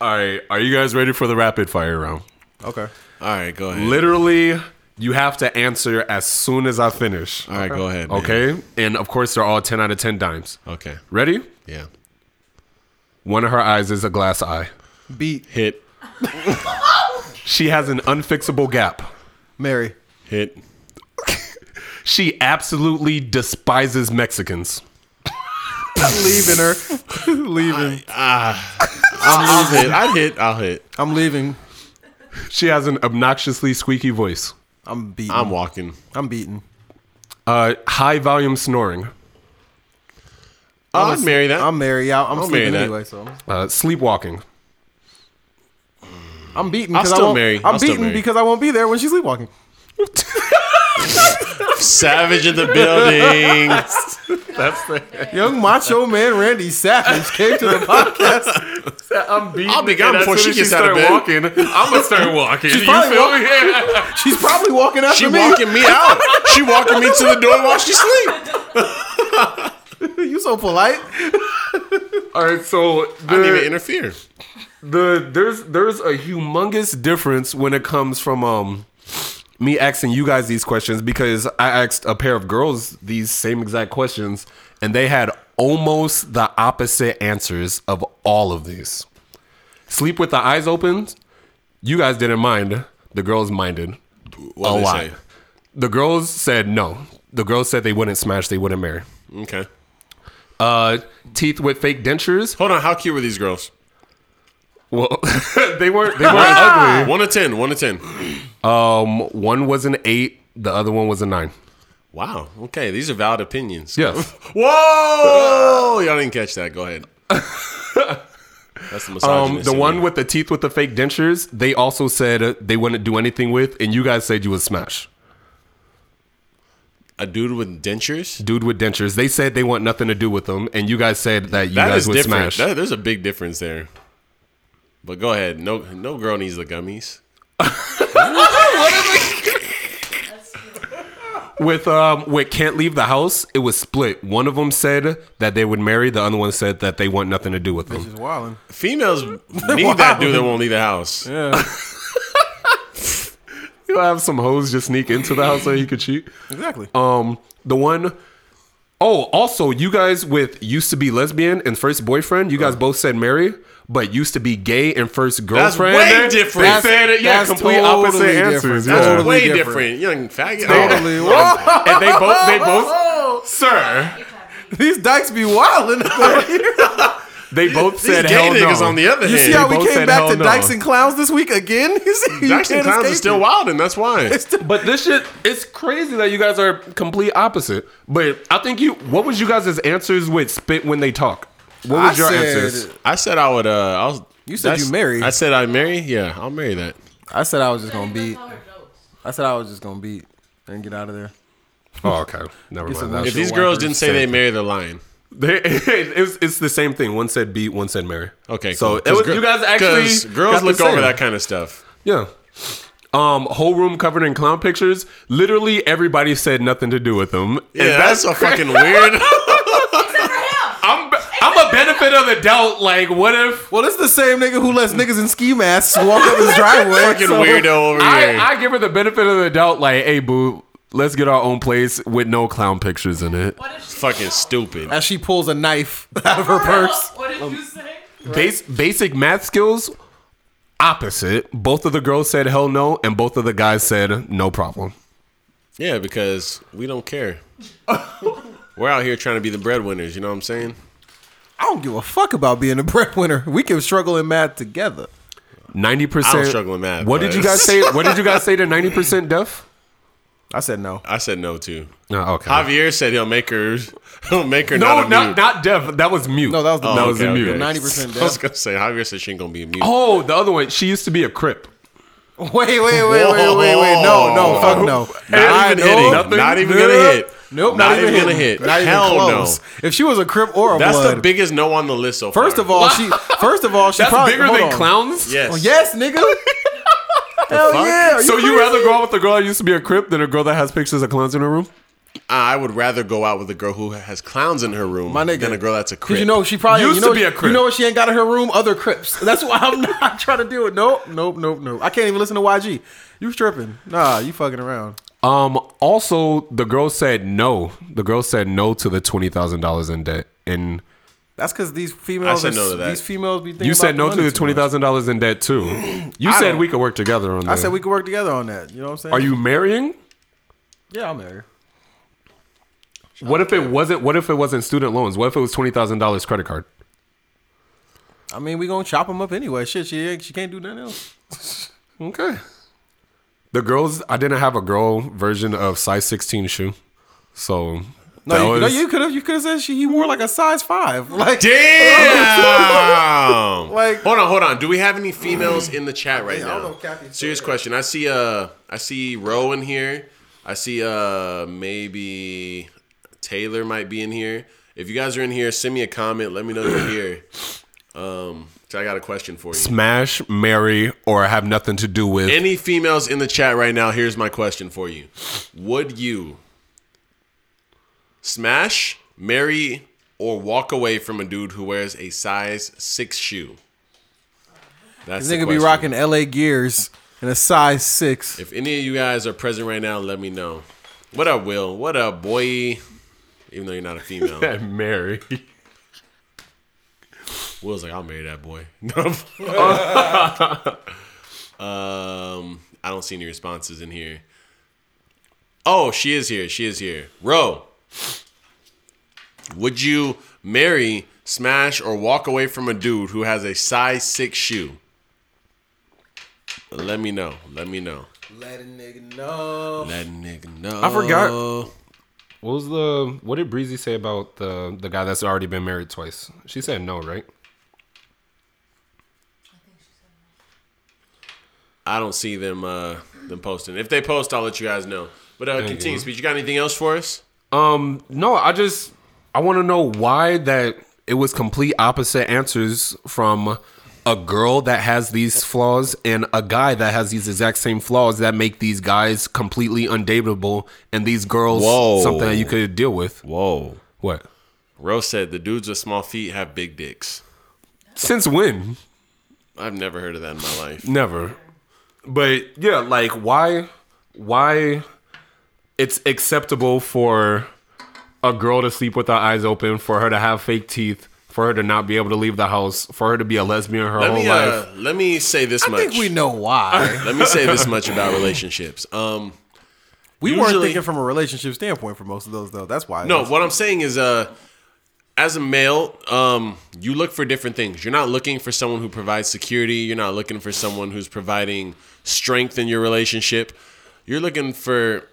All right, are you guys ready for the rapid fire round? okay. All right, go ahead. Literally, you have to answer as soon as I finish. All right, go ahead. man. Okay, and of course they're all ten out of ten dimes. Okay. Ready? Yeah. One of her eyes is a glass eye. Beat Hit. She has an unfixable gap. Mary. Hit. She absolutely despises Mexicans. leaving her. <laughs> leaving. I'll hit. I hit. I'll hit. I'm leaving. She has an obnoxiously squeaky voice. I'm beaten. I'm I'm, walking. beaten. Uh, high volume snoring. I'd marry that. I'm married. I- I'm, marry sleeping that. anyway, so I'm- Uh, sleepwalking. I'm beaten. I'll 'cause I still won't- marry. I'm I'll still beaten marry. because I won't be there when she's sleepwalking. Savage in the building. <laughs> Young macho man Randy Savage came to the podcast. I'm beating. I'll be gone before she gets out of bed. walking. I'm gonna start walking. you probably feel me? <laughs> She's probably walking after She me. walking me out. She walking me to the door while she sleep. you so polite. All right. So I didn't even the, interfere. the there's there's a humongous difference when it comes from um me asking you guys these questions because I asked a pair of girls these same exact questions and they had almost the opposite answers of all of these. Sleep with the eyes open. You guys didn't mind. The girls minded. What a lot. The girls said no. The girls said they wouldn't smash, they wouldn't marry. Okay. Uh, teeth with fake dentures. Hold on. How cute were these girls? Well, <laughs> they weren't. They weren't <laughs> ugly. One to ten. One to ten. Um, one was an eight. The other one was a nine. Wow. Okay. These are valid opinions. Yes. Whoa! Y'all didn't catch that. Go ahead. That's the <laughs> Um, misogynist. the in one me. with the teeth with the fake dentures. They also said uh, they wouldn't do anything with, and you guys said you would smash. a dude with dentures. Dude with dentures. They said they want nothing to do with them, and you guys said that you That guys is would different. smash. That- there's a big difference there. But go ahead. No, no girl needs the gummies. That's cute. with um with can't leave the house. It was split. One of them said that they would marry. The other one said that they want nothing to do with them. She's wilding. Females need that dude that won't leave the house. You have some hoes just sneak into the house so he could cheat. Exactly. Um, the one oh also, you guys with used to be lesbian and first boyfriend, you guys both said marry, but used to be gay and first Uh. That's girlfriend. way They- different. They said it, yeah, That's complete totally opposite different. answers. That's Yeah. Totally way different. different. Young faggot. Totally. Oh. Whoa. and they both they both sir. <laughs> These dykes be <laughs> wilding. <laughs> They <laughs> both These said gay hell no. niggas on the other You see hand. how They we both came said back hell to no. Dykes and Clowns this week again? <laughs> You see, you Jackson can't Clowns is escape still it. wild, and that's why. But this shit, it's crazy that you guys are complete opposite. But I think you, what was you guys' answers with spit when they talk? What was I your said- answers? I said I would. Uh, I was. You said that's- you marry. I said I marry. Yeah, I'll marry that. I said I was just gonna That's beat. all her jokes. I said I was just gonna beat and get out of there. Oh, okay. Never It's a mind. nice- That's- If these Sure, girls wipers, didn't say same they thing. married a lion, They, <laughs> it's, it's the same thing. One said beat, one said marry. okay. So cool. it was, 'Cause gir- you guys 'cause actually. girls got the look over same. that kind of stuff. Yeah. Um, whole room covered in clown pictures. Literally everybody said nothing to do with them. And Yeah, that's, a fucking weird. Except for him. <laughs> I'm, I'm a benefit of the doubt. Like, what if Well, it's the same nigga who lets niggas in ski masks walk up his driveway. fucking weirdo over here. I, I give her the benefit of the doubt. Like, hey, boo, let's get our own place with no clown pictures in it. What if she fucking stupid. As she pulls a knife <laughs> out of her purse. What did you say? Bas- basic math skills, opposite. Both of the girls said hell no, and both of the guys said no problem. Yeah, because we don't care. We're out here trying to be the breadwinners. You know what I'm saying? I don't give a fuck about being a breadwinner. We can struggle in math together. Ninety I percent. was struggling math. What did but you guys <laughs> say? What did you guys say to ninety percent deaf? I said no. I said no to. No, okay. Javier said he'll make her. He'll make her. no, not, a not mute. not deaf. That was mute. No, that was the Oh, that was okay, a mute. okay. 90% <laughs> I was deaf. gonna say Javier said she ain't gonna be a mute. Oh, the other one. She used to be a crip. Wait, wait, wait, wait, wait, wait, wait. No, no, fuck no. Oh. <laughs> Not even hitting. nothing. Not even gonna Nope. hit. Nope. Not, even gonna hitting. hit. Not even Hell close. no. If she was a crip or a That's blood, the biggest no on the list so far. first of all, she first of all she That's probably bigger hold than on. clowns. yes. Oh, <laughs> yes, nigga. Hell fuck? yeah. are So you crazy? rather go out with a girl that used to be a crip than a girl that has pictures of clowns in her room? I would rather go out with a girl who has clowns in her room My nigga. than a girl that's a crip. Cause you know she probably Used you know, to be a Crip. You know what she ain't got in her room? Other Crips. <laughs> That's why I'm not trying to deal with. Nope, nope, nope, nope. I can't even listen to YG. You tripping? Nah, you fucking around. Um. Also, the girl said no. The girl said no to the twenty thousand dollars in debt, and That's because these females. said are- no to that. These females be. Thinking you said about no the to money the too twenty much. thousand dollars in debt <clears throat> too. You I said don't- we could work together on that. I said we could work together on that. You know what I'm saying? Are you marrying? Yeah, I'm married. What if it wasn't? What if it wasn't student loans? What if it was twenty thousand dollars credit card? I mean, we gonna chop them up anyway. Shit, she ain't, she can't do nothing else. Okay. The girls, I didn't have a girl version of size sixteen shoe, so No, that you, no, was- you could have. You could have said she he wore like a size five. <laughs> Like Damn. <laughs> Like- hold on, hold on. Do we have any females in the chat right Yeah, I now? don't know if Kathy's Serious still question. I see uh I see Roe in here. I see uh maybe Taylor might be in here. If you guys are in here, send me a comment. Let me know you're here. Um, so I got a question for you. smash, marry, or have nothing to do with. Any females in the chat right now? Here's my question for you. Would you smash, marry, or walk away from a dude who wears a size six shoe? That's This the nigga be question. rocking LA gears in a size six. If any of you guys are present right now, let me know. What up, Will? What up, boy? Even though you're not a <laughs> female, <laughs> marry. Will's like, I'll marry that boy. <laughs> um, I don't see any responses in here. Oh, she is here. She is here. Ro, would you marry, smash, or walk away from a dude who has a size six shoe? Let me know. Let me know. Let a nigga know. Let a nigga know. I forgot. What was the? What did Breezy say about the the guy that's already been married twice? She said no, right? I don't see them uh them posting. If they post, I'll let you guys know. But uh, continue, you. speech. You got anything else for us? Um, no, I just I want to know why that it was complete opposite answers from a girl that has these flaws and a guy that has these exact same flaws that make these guys completely undateable and these girls Whoa. something that you could deal with. Whoa. What? Rose said the dudes with small feet have big dicks. Since when? I've never heard of that in my life. Never. But yeah, like why why it's acceptable for a girl to sleep with her eyes open, for her to have fake teeth, for her to not be able to leave the house, for her to be a lesbian her Let whole me life. uh, let me say this I much. think we <laughs> know why. let me say this much about relationships. Um, We weren't Usually- thinking from a relationship standpoint for most of those though. That's why. No, what I'm saying is, uh, as a male, um, you look for different things. You're not looking for someone who provides security. You're not looking for someone who's providing strength in your relationship. You're looking for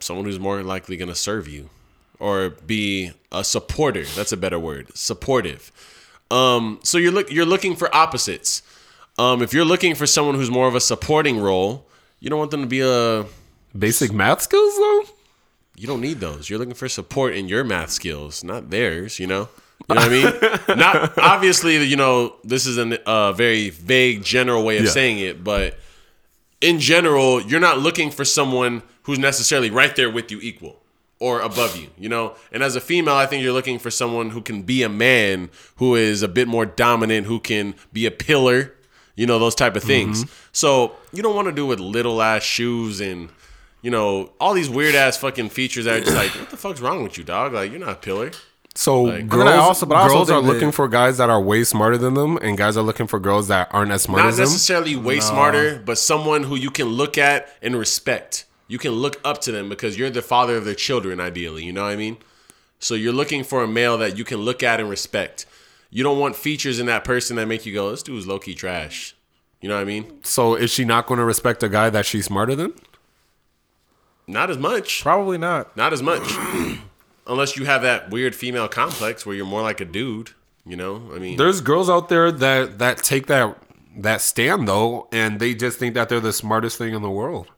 someone who's more likely going to serve you or be a supporter. That's a better word, supportive. Um, so you're look you're looking for opposites. Um, if you're looking for someone who's more of a supporting role, you don't want them to be a Basic math skills though? you don't need those. You're looking for support in your math skills, not theirs. You know, you know what I mean. not obviously, you know, this is a uh, very vague, general way of Yeah. saying it, but in general, you're not looking for someone who's necessarily right there with you, equal or above you. You know, and as a female, I think you're looking for someone who can be a man, who is a bit more dominant, who can be a pillar. You know, those type of things. So you don't want to do with little ass shoes and you know, all these weird ass fucking features that are just like, what the fuck's wrong with you, dog? Like, you're not a pillar. So But girls, I also- but I also girls think are that- looking for guys that are way smarter than them, and guys are looking for girls that aren't as smart Not as them. necessarily way smarter, but someone who you can look at and respect. You can look up to them because you're the father of their children, ideally. You know what I mean? So you're looking for a male that you can look at and respect. You don't want features in that person that make you go, this dude's low key trash. You know what I mean? So is she not going to respect a guy that she's smarter than? Not as much. probably not. Not as much. <clears throat> Unless you have that weird female complex where you're more like a dude. You know? I mean, There's girls out there that that take that that stand though, and they just think that they're the smartest thing in the world.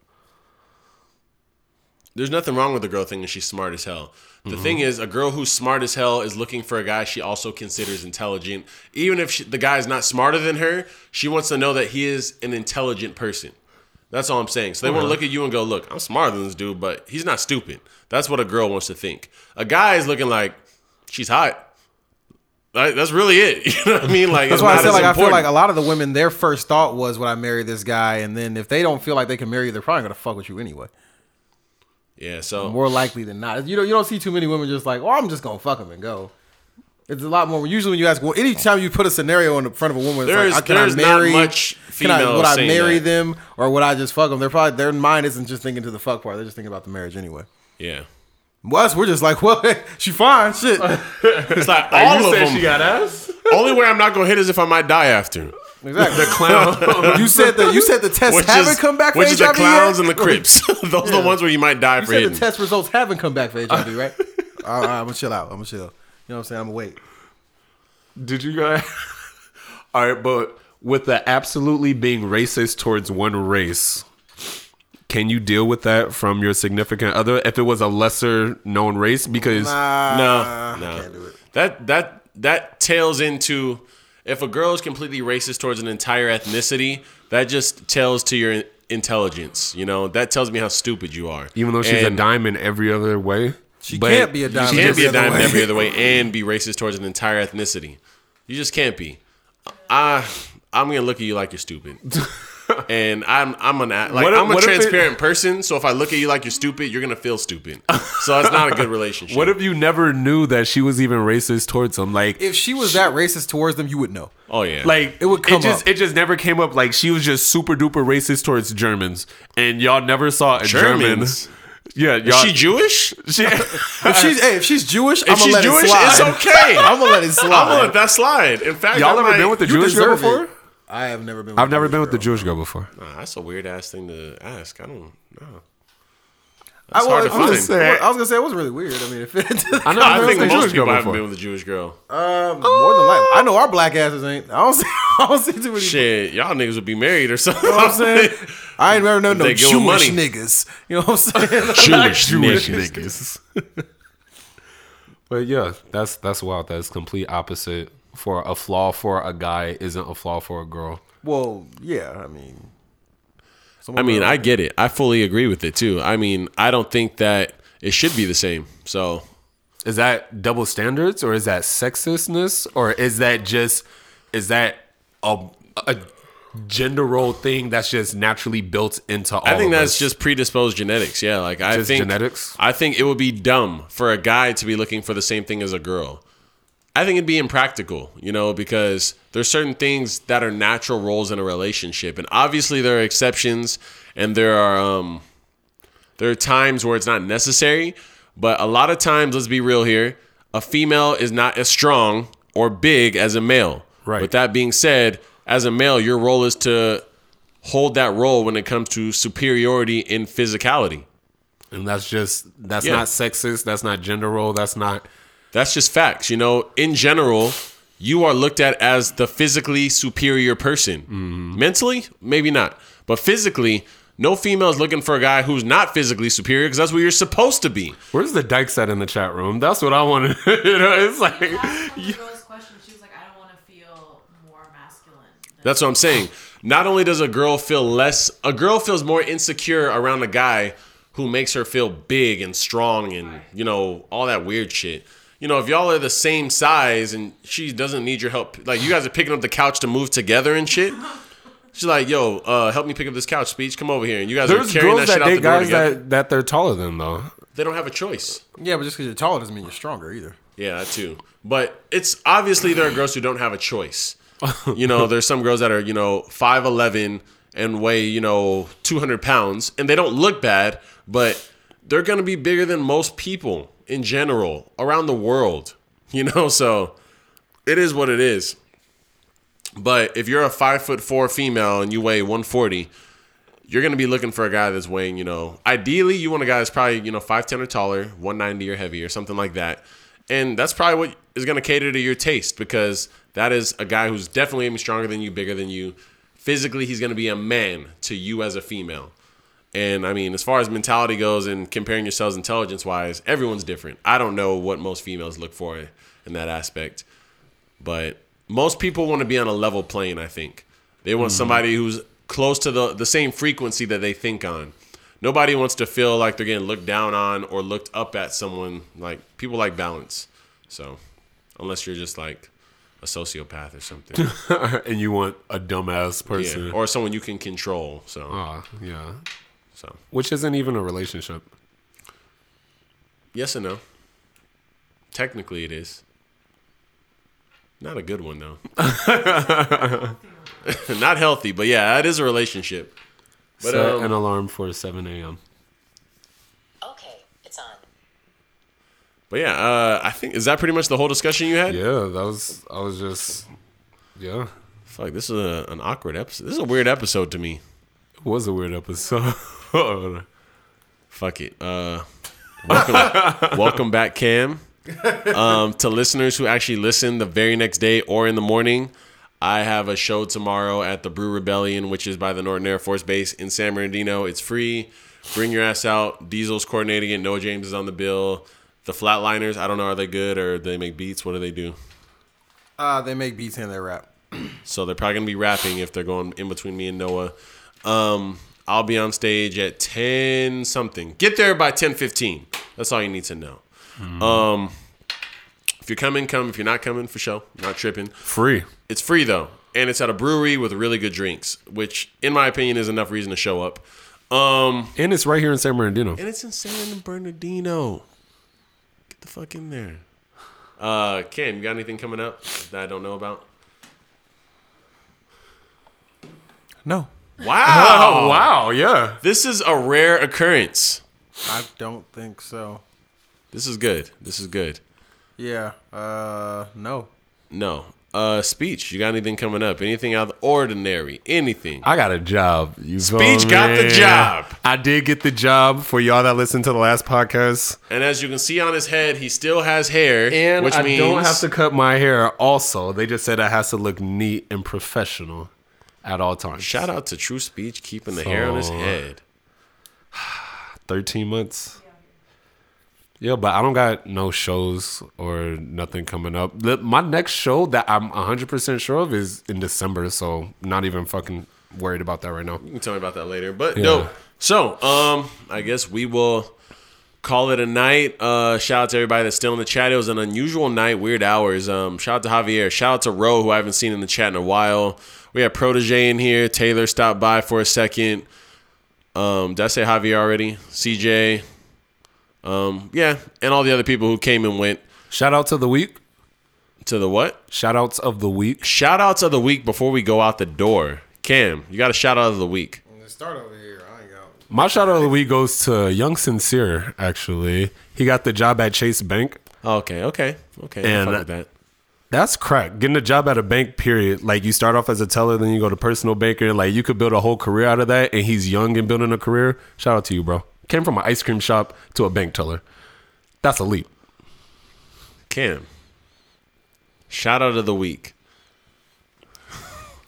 There's nothing wrong with a girl thinking she's smart as hell. The thing is, a girl who's smart as hell is looking for a guy she also considers intelligent. Even if she, the guy's not smarter than her, she wants to know that he is an intelligent person. That's all I'm saying. So they want to look at you and go, look, I'm smarter than this dude, but he's not stupid. That's what a girl wants to think. A guy is looking like, she's hot. Like, that's really it. <laughs> You know what I mean? Like, That's why I said like I feel like a lot of the women, their first thought was, "Would I marry this guy?" And then if they don't feel like they can marry you, they're probably gonna fuck with you anyway. yeah. So More likely than not, you don't you don't see too many women just like, "Oh, I'm just gonna fuck him and go." It's a lot more. Usually, when you ask, well, anytime you put a scenario in front of a woman, it's There's- like, I- can there's I not marry? much can I, female would I saying marry that. them or would I just fuck them? They're probably their mind isn't just thinking to the fuck part; they're just thinking about the marriage anyway. <laughs> yeah, Us, we're just like, <laughs> well, she fine, <laughs> shit. it's like all of them. got ass. Only way I'm not gonna hit is if I might die after. Exactly. the clown. <laughs> you said the you <laughs> said the tests haven't is, come back for which is the HIV clowns yet? <laughs> and the crips. <laughs> Those are the ones where you might die You for said the hitting. test results haven't come back for <laughs> HIV, right? all right, I'm gonna chill out. I'm gonna chill. You know what I'm saying? I'm gonna wait. Did you guys? <laughs> All right, but with the absolutely being racist towards one race, can you deal with that from your significant other if it was a lesser known race? Because no, Nah, no, can't do it. that that that tails into if a girl is completely racist towards an entire ethnicity, that just tells to your intelligence. You know, that tells me how stupid you are. even though she's a And dime in every other way, She but can't be a you dime you in can't be a every other dime in way. every other way <laughs> and be racist towards an entire ethnicity. You just can't be. I I'm gonna look at you like you're <laughs> stupid. And I'm I'm an a- like What if- I'm a what if it- transparent person, so if I look at you like you're stupid, you're gonna feel stupid. So that's not a <laughs> good relationship. What if you never knew that she was even racist towards him? Like, If she was that racist towards them, you would know. oh yeah, like It would come just, up. It just never came up. Like she was just super duper racist towards Germans, and y'all never saw a Germans. German. Yeah, Is y'all. she Jewish? <laughs> she- If she's hey, if she's Jewish, I'm If gonna she's let Jewish, it slide. it's <laughs> okay. I'm gonna <laughs> let it slide. I'm gonna let that slide. In fact, y'all I ever might- been with a You Jewish girl deserve before? it. I have never been. With I've never Jewish been with a girl. Jewish girl before. Nah, that's a weird ass thing to ask. I don't know. I, well, hard to I was gonna find. say- I was gonna say it was really weird. I mean, <laughs> if it, I know I I've think been with a most Jewish girl people haven't been before. with a Jewish girl. Um, more than likely. I know our black asses ain't. I don't <laughs> see. I don't see too many. Shit, y'all niggas would be married or something. You know what I'm <laughs> saying? I ain't never known no They Jewish give 'em money. niggas. You know what I'm saying? <laughs> Jewish, Jewish niggas. niggas. but yeah, that's that's wild. That's complete opposite for a flaw for a guy isn't a flaw for a girl. Well, yeah, I mean, I mean, I get it. I fully agree with it too. I mean, I don't think that it should be the same. So Is that double standards or is that sexistness or is that just is that a, a gender role thing that's just naturally built into all I think of that's us? just predisposed genetics. Yeah, like I Just think genetics? I think it would be dumb for a guy to be looking for the same thing as a girl. I think it'd be impractical, you know, because there's certain things that are natural roles in a relationship, and obviously there are exceptions, and there are um, there are times where it's not necessary. But a lot of times, let's be real here, a female is not as strong or big as a male. Right. With that being said, as a male, your role is to hold that role when it comes to superiority in physicality. and that's just that's Yeah. not sexist, that's not gender role, that's not That's just facts. You know, in general, you are looked at as the physically superior person. Mentally, maybe not. But physically, no female is looking for a guy who's not physically superior because that's what you're supposed to be. Where's the dyke set in the chat room? That's what I wanted. <laughs> you know, it's <laughs> like Asked the girl's question. She was like, I don't want to feel more masculine. than That's what I'm saying. Not only does a girl feel less, a girl feels more insecure around a guy who makes her feel big and strong and, you know, all that weird shit. You know, if y'all are the same size and she doesn't need your help, like you guys are picking up the couch to move together and shit. She's like, yo, uh, help me pick up this couch, speech. Come over here. And you guys there's are carrying that girls shit that out the date door guys together. that, that they're taller than though. They don't have a choice. yeah, but just because you're taller doesn't mean you're stronger either. Yeah, that too. But it's obviously there are girls who don't have a choice. You know, there's some girls that are, you know, 5'11 and weigh, you know, 200 pounds and they don't look bad, but they're going to be bigger than most people in general around the world, <laughs> you know? So it is what it is. But if you're a five foot four female and you weigh 140, you're going to be looking for a guy that's weighing, you know, ideally you want a guy that's probably, you know, 5'10 or taller, 190 or heavier, something like that. And that's probably what is going to cater to your taste because that is a guy who's definitely going to be stronger than you, bigger than you. Physically, he's going to be a man to you as a female. And I mean, as far as mentality goes and comparing yourselves intelligence wise, everyone's different. I don't know what most females look for in that aspect but most people want to be on a level plane i think they want somebody who's close to the, the same frequency that they think on nobody wants to feel like they're getting looked down on or looked up at someone like people like balance so unless you're just like a sociopath or something <laughs> and you want a dumbass person. yeah. or someone you can control so Ah, yeah. so Which isn't even a relationship. yes and no technically it is not a good one though <laughs> not healthy but yeah it is a relationship but Set um, an alarm for 7 a.m. Okay, it's on. But yeah, uh, I think is that pretty much the whole discussion you had. Yeah, that was, I was just, yeah. Fuck, this is a, an awkward episode. This is a weird episode to me. It was a weird episode. <laughs> Fuck it. Uh, welcome, welcome back, Cam. Um, to listeners who actually listen the very next day or in the morning, I have a show tomorrow at the Brew Rebellion, which is by the Norton Air Force Base in San Bernardino. It's free. Bring your ass out. Diesel's coordinating it. Noah James is on the bill. The Flatliners, I don't know, are they good or do they make beats? What do they do? Uh, they make beats and they rap. So they're probably gonna be rapping if they're going in between me and Noah. Um, I'll be on stage at ten something. Get there by ten fifteen. That's all you need to know. Um, if you're coming, come. If you're not coming, for sure, not tripping. Free. It's free though, and it's at a brewery with really good drinks, which, in my opinion, is enough reason to show up. Um, And it's right here in San Bernardino. and it's in San Bernardino. Get the fuck in there. Uh, Cam, you got anything coming up that I don't know about? No, Wow. Oh, wow. Yeah. This is a rare occurrence. I don't think so. This is good. This is good. Yeah, uh, no. No. Uh speech, you got anything coming up? Anything out of the ordinary? Anything. I got a job. You feel Speech got the me? job. I did get the job for y'all that listened to the last podcast. And as you can see on his head, he still has hair. And which I means don't have to cut my hair. Also, they just said it has to look neat and professional at all times. shout out to True Speech keeping the hair on his So- head. Thirteen months. Yeah, but I don't got no shows or nothing coming up. The, my next show that I'm 100% sure of is in December, so not even fucking worried about that right now. You can tell me about that later. But Yeah. dope. So, um, I guess we will call it a night. Uh, shout out to everybody that's still in the chat. It was an unusual night, weird hours. Um, shout out to Javier. Shout out to Ro, who I haven't seen in the chat in a while. We had Protege in here. Taylor stopped by for a second. Um, did I say Javier already? CJ. Um, yeah, and all the other people who came and went Shout out to the week. to the what? Shout outs of the week. Shout outs of the week before we go out the door. Cam, you got a shout out of the week. Start over here. I ain't got. My shout out of the week goes to Young Sincere, actually. He got the job at Chase Bank. Oh, Okay, okay, okay. I And- fuck with that. That's crack. Getting a job at a bank, period. Like you start off as a teller, then you go to personal banker. Like you could build a whole career out of that. And he's young and building a career. Shout out to you, bro. Came from an ice cream shop to a bank teller. That's a <laughs> leap. Cam. Shout out of the week.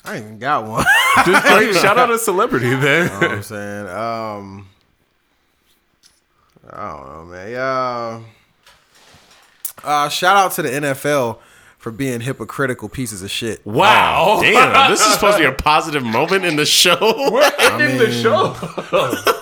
I ain't even got one. <laughs> Just like, shout out a celebrity You know there. what I'm saying? Um, I don't know, man. Yeah. Uh, shout out to the NFL for being hypocritical pieces of shit. Wow. Damn, this is supposed to be a positive moment in the show. <laughs> Ending the show.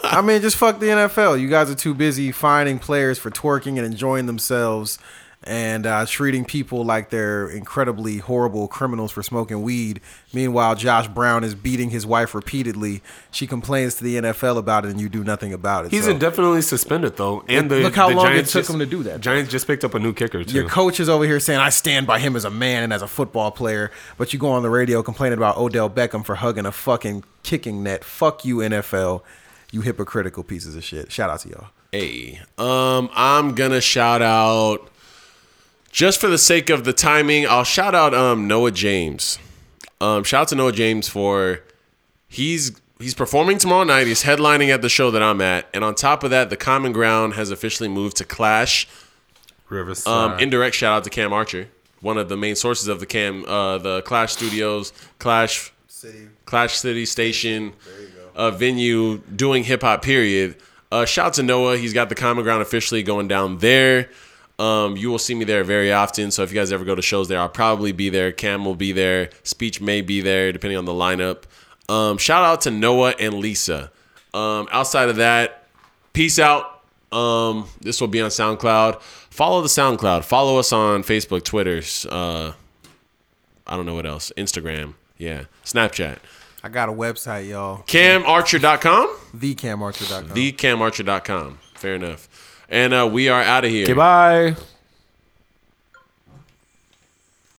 I mean, just fuck the NFL. You guys are too busy finding players for twerking and enjoying themselves and uh, treating people like they're incredibly horrible criminals for smoking weed. Meanwhile, Josh Brown is beating his wife repeatedly. She complains to the NFL about it, and you do nothing about it. He's So, indefinitely suspended though, and the Look how the long it Giants took just- him to do that. Giants just picked up a new kicker too. Your coach is over here saying, I stand by him as a man and as a football player, but you go on the radio complaining about Odell Beckham for hugging a fucking kicking net. Fuck you, NFL. You hypocritical pieces of shit. Shout out to y'all. hey. Um, I'm gonna shout out just for the sake of the timing, I'll shout out um Noah James. Um, shout out to Noah James for he's he's performing tomorrow night. He's headlining at the show that I'm at, and on top of that, the Common Ground has officially moved to Clash. Rivers. Um, indirect shout out to Cam Archer, one of the main sources of the Cam, uh, the Clash Studios, Clash City, Clash City Station, uh, venue doing hip hop. Period. Uh, shout out to Noah. He's got the common ground officially going down there. Um, you will see me there very often. So if you guys ever go to shows there, I'll probably be there. Cam will be there. Speech may be there depending on the lineup. Um, shout out to Noah and Lisa. Um, outside of that, peace out. Um, this will be on SoundCloud. Follow the SoundCloud. Follow us on Facebook, Twitter, uh, I don't know what else, Instagram, yeah, Snapchat. I got a website, y'all. CamArcher.com, TheCamArcher.com. thecamarcher.com. Fair enough. And uh, we are out of here. Goodbye.